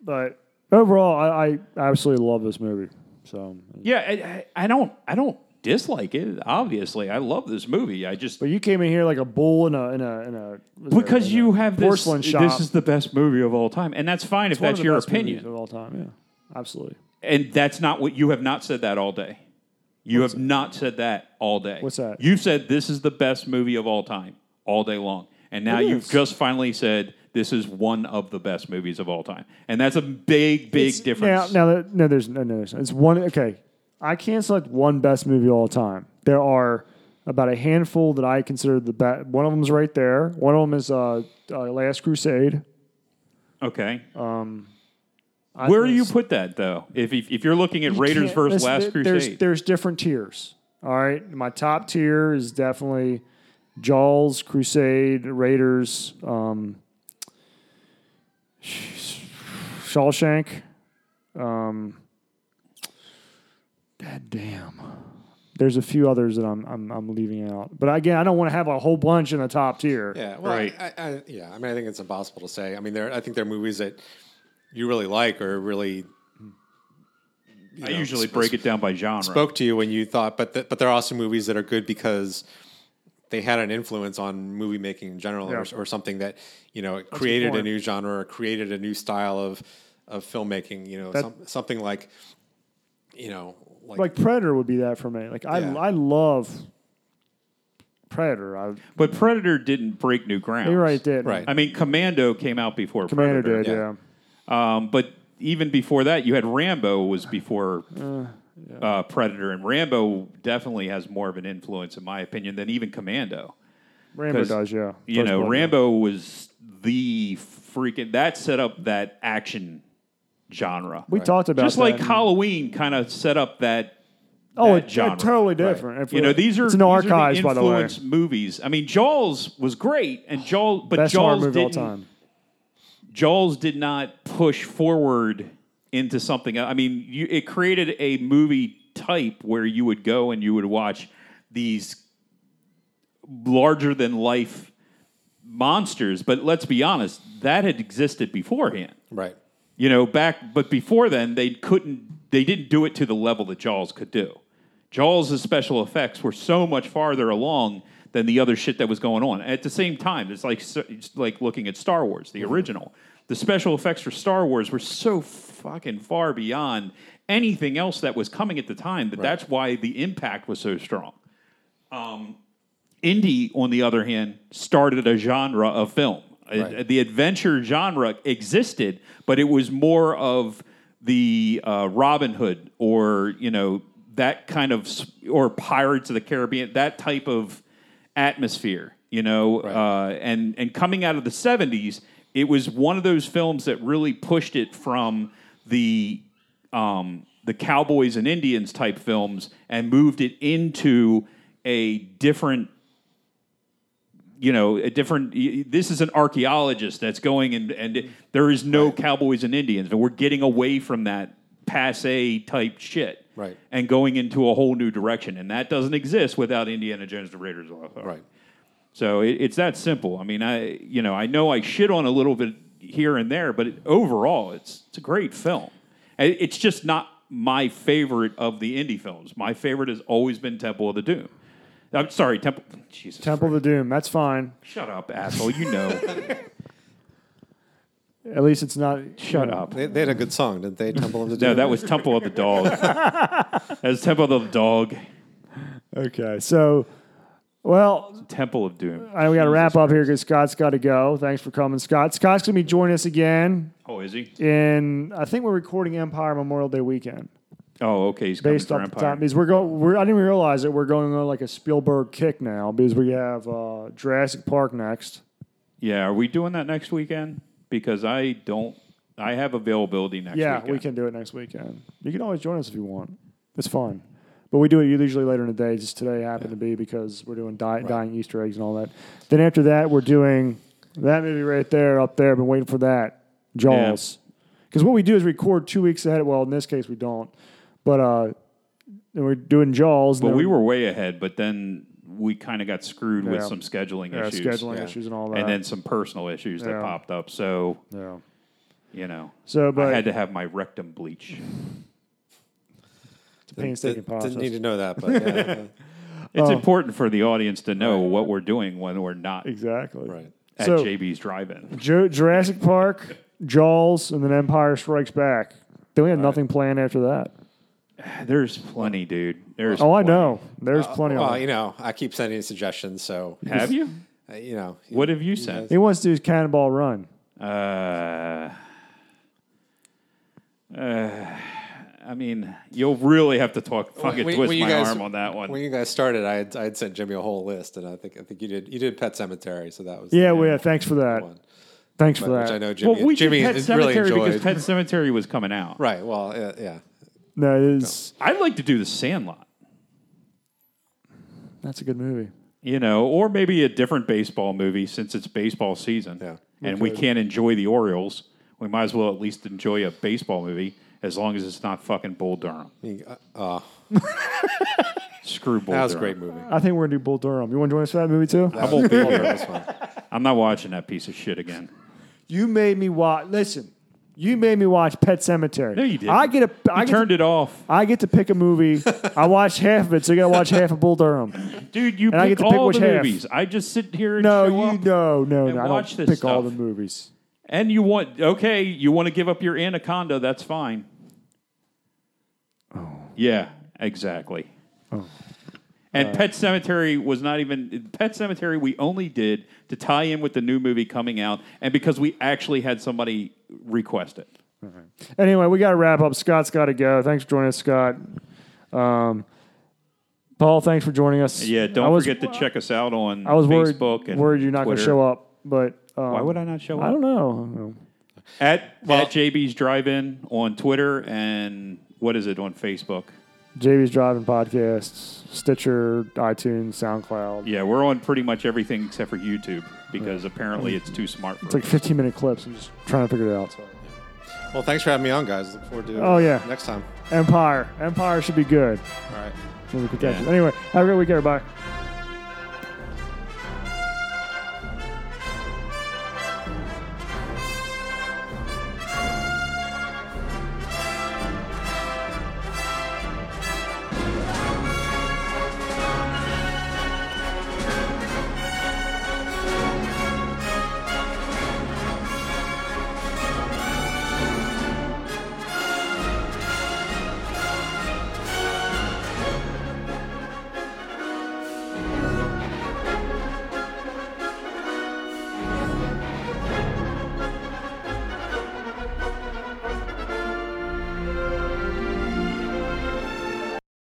S1: But overall, I, I absolutely love this movie. So,
S2: Yeah, I, I I don't I don't dislike it. Obviously, I love this movie. I just
S1: but you came in here like a bull in a in a in a
S2: because
S1: in a
S2: you have this
S1: porcelain shop.
S2: This is the best movie of all time, and that's fine if
S1: One of
S2: that's
S1: the
S2: your
S1: best movies
S2: opinion.
S1: of all time. Yeah, absolutely.
S2: And that's not what you have not said that all day. You have not said that all day.
S1: What's that?
S2: You've said this is the best movie of all time all day long. And now
S1: It
S2: you've
S1: is.
S2: just finally said this is one of the best movies of all time. And that's a big, big
S1: It's-
S2: difference.
S1: Now, now that, no, there's no, no, there's not. It's one. Okay, I can't select one best movie of all time. There are about a handful that I consider the best. One of them's right there. One of them is uh, uh, Last Crusade.
S2: okay.
S1: um, I
S2: Where do
S1: think
S2: you
S1: it's-
S2: put that, though? If, if, if you're looking at
S1: you
S2: Raiders
S1: can't-
S2: versus
S1: listen,
S2: Last
S1: there- there's-
S2: Crusade,
S1: There's different tiers. All right, my top tier is definitely Jaws, Crusade, Raiders, um, Shawshank. Um, God damn. There's a few others that I'm I'm, I'm leaving out, but again, I don't want to have a whole bunch in the top tier.
S3: Yeah, well,
S2: Right.
S3: I, I, I, yeah. I mean, I think it's impossible to say. I mean, there. I think there are movies that you really like or really. you
S2: I
S3: know,
S2: usually
S3: sp-
S2: break it down by genre.
S3: Spoke to you when you thought, but th- but there are also movies that are good because they had an influence on movie making in general,
S1: Yeah.
S3: or, or something that you know it created a
S1: point.
S3: new genre or created a new style of of filmmaking. You know, some, something like you know, like,
S1: Like Predator would be that for me. Like I
S3: Yeah.
S1: I love Predator. I,
S2: But Predator didn't break new ground.
S1: you're right, did
S3: Right.
S2: I mean, Commando came out before
S1: Commander
S2: Predator.
S1: did.
S3: yeah.
S1: yeah.
S2: Um, but even before that, you had Rambo was before uh, Predator, and Rambo definitely has more of an influence, in my opinion, than even Commando.
S1: Rambo
S2: 'Cause,
S1: does, yeah.
S2: You
S1: First
S2: know,
S1: Blood,
S2: Rambo was the freaking that set up that action genre.
S1: We talked about
S2: just like
S1: that.
S2: Halloween kind of set up that
S1: oh,
S2: that
S1: it-
S2: genre.
S1: it's totally different. If
S2: You
S1: we-
S2: know, these are
S1: it's in the
S2: these are the
S1: archives, by the way.
S2: influence movies. I mean, Jaws was great, and Jaws, but
S1: Best horror
S2: Jaws
S1: movie
S2: didn't.
S1: of all time.
S2: Jaws did not push forward into something. I mean, you, it created a movie type where you would go and you would watch these larger than life monsters. But let's be honest, that had existed beforehand.
S3: Right.
S2: You know, back but before then they couldn't they didn't do it to the level that Jaws could do. Jaws' special effects were so much farther along than the other shit that was going on. At the same time, it's like it's like looking at Star Wars, the original. The special effects for Star Wars were so fucking far beyond anything else that was coming at the time that that's why the impact was so strong. Indie, on the other hand, started a genre of film. Uh,
S3: Right.
S2: The adventure genre existed, but it was more of the uh, Robin Hood or you know that kind of s- or Pirates of the Caribbean, that type of atmosphere. You know, uh, and and coming out of the seventies, it was one of those films that really pushed it from the um, the cowboys and Indians type films and moved it into a different you know a different y- y- this is an archaeologist that's going and and there is no cowboys and indians and we're getting away from that passe type shit
S3: Right.
S2: and going into a whole new direction and that doesn't exist without indiana jones the raiders of the Lost Ark.
S3: Right.
S2: so it, it's that simple i mean i you know i know i shit on a little bit here and there but it, overall it's it's a great film And it's just not my favorite of the indie films my favorite has always been temple of the doom i'm sorry temple jesus
S1: Temple of the Doom. That's fine.
S2: Shut up, asshole. You know.
S1: At least it's not.
S2: Shut up.
S3: They, they had a good song, didn't they? Temple of the
S2: No,
S3: Doom?
S2: that was Temple of the Dog. that was Temple of the Dog.
S1: Okay, so, well,
S2: Temple of Doom.
S1: I, we got to wrap up here because Scott's got to go. Thanks for coming, Scott. Scott's going to be joining us again
S2: Oh, is he?
S1: in, I think we're recording Empire Memorial Day weekend.
S2: Oh, okay. He's
S1: Based
S2: coming
S1: off
S2: for
S1: the time,
S2: Empire.
S1: because we're going, we're, I didn't realize that we're going on like a Spielberg kick now because we have uh, Jurassic Park next.
S2: yeah, are we doing that next weekend? Because I don't. I have availability next
S1: yeah,
S2: weekend.
S1: we can do it next weekend. You can always join us if you want. It's fun. But we do it usually later in the day. Just today happened to be because we're doing di- dying Easter eggs and all that. Then after that, we're doing that movie right there up there. I've been waiting for that Jaws. Because what we do is record two weeks ahead. Well, in this case, we don't. But uh, then we're doing Jaws.
S2: But we were way ahead, but then we kind of got screwed with
S1: Yeah.
S2: some scheduling
S1: yeah,
S2: issues.
S1: uh, scheduling
S3: Yeah.
S1: issues and all that.
S2: And then some personal issues
S1: Yeah.
S2: that popped up. So,
S1: yeah.
S2: you know,
S1: So, but
S2: I had to have my rectum bleach.
S1: it's a painstaking
S3: Didn't-
S1: process.
S3: Didn't need to know that, but yeah,
S1: Oh.
S2: It's important for the audience to know what we're doing when we're not
S1: exactly.
S3: right.
S2: at
S1: So-
S2: JB's Drive-In.
S1: Ju- Jurassic Park, Jaws, and then Empire Strikes Back. Then we have nothing planned after that.
S2: There's plenty, dude. There's
S1: Oh, I know. There's
S2: Uh,
S1: plenty of
S3: Well,
S1: it.
S3: you know, I keep sending suggestions, so
S2: Have you?
S3: uh, you know,
S2: What have you sent?
S1: He wants to do his Cannonball Run.
S2: Uh, uh, I mean, you'll really have to talk fucking
S3: When-
S2: twist
S3: when you
S2: my
S3: guys-
S2: arm on that one.
S3: When you guys started, I had, I had sent Jimmy a whole list, and I think I think you did you did Pet Cemetery, so that was
S1: Yeah, well, yeah. Thanks for that.
S3: one.
S1: Thanks for
S3: But, which I
S1: that.
S3: know Jimmy
S2: well, we
S3: Jimmy
S2: did Pet
S3: is- really
S2: Cemetery
S3: enjoyed.
S2: because Pet Cemetery was coming out.
S3: right. Well, uh, yeah.
S1: No, it is,
S2: I'd like to do The Sandlot,
S1: that's a good movie.
S2: you know, or maybe a different baseball movie since it's baseball season
S3: Yeah.
S2: and we can't enjoy the Orioles. We might as well at least enjoy a baseball movie as long as it's not fucking Bull Durham.
S3: You- uh, oh,
S2: Screw Bull
S3: that was a
S2: Durham.
S3: great movie.
S1: I think we're gonna do Bull Durham. You want to join us for that movie too?
S3: I won't be here. That's fine.
S2: I'm not watching that piece of shit again.
S1: You made me watch. Listen, you made me watch Pet Cemetery.
S2: No, you didn't.
S1: I get a. I
S2: I
S1: get, to,
S2: turned it off.
S1: I get to pick a movie. I watched half of it, so you gotta watch half of Bull Durham.
S2: Dude, you
S1: And I
S2: pick
S1: get to pick
S2: all
S1: which
S2: the
S1: half.
S2: movies. I just sit here and
S1: No,
S2: show
S1: you
S2: up.
S1: no no
S2: and
S1: no. I
S2: watch
S1: don't
S2: this
S1: pick all the
S2: stuff.
S1: movies.
S2: And you want okay, you want to give up your anaconda, that's fine. Oh. Yeah, exactly.
S1: Oh.
S2: And
S1: Uh,
S2: Pet Cemetery was not even Pet Cemetery we only did to tie in with the new movie coming out and because we actually had somebody request it.
S1: Anyway, we got to wrap up. Scott's got to go. Thanks for joining us, Scott. Um, Paul, thanks for joining us.
S2: Yeah,
S1: I
S2: don't
S1: was,
S2: forget to check us out on
S1: I was worried,
S2: Facebook and
S1: worried you're not going to
S2: Twitter.
S1: show up, but um,
S2: Why would I not show up?
S1: I don't know.
S2: At, at JB's Drive-In on Twitter and what is it on Facebook?
S1: JB's driving podcasts, Stitcher, iTunes, SoundCloud.
S2: Yeah, we're on pretty much everything except for YouTube because apparently it's too smart
S1: It's
S2: for
S1: like 15 minute clips. I'm just trying to figure it out. So.
S3: Well, thanks for having me on, guys. Look forward to
S1: Oh, yeah.
S3: next time.
S1: Empire, Empire should be good.
S3: All right.
S1: Maybe contentious.
S2: Yeah.
S1: Anyway, have a great week, everybody.
S3: Bye.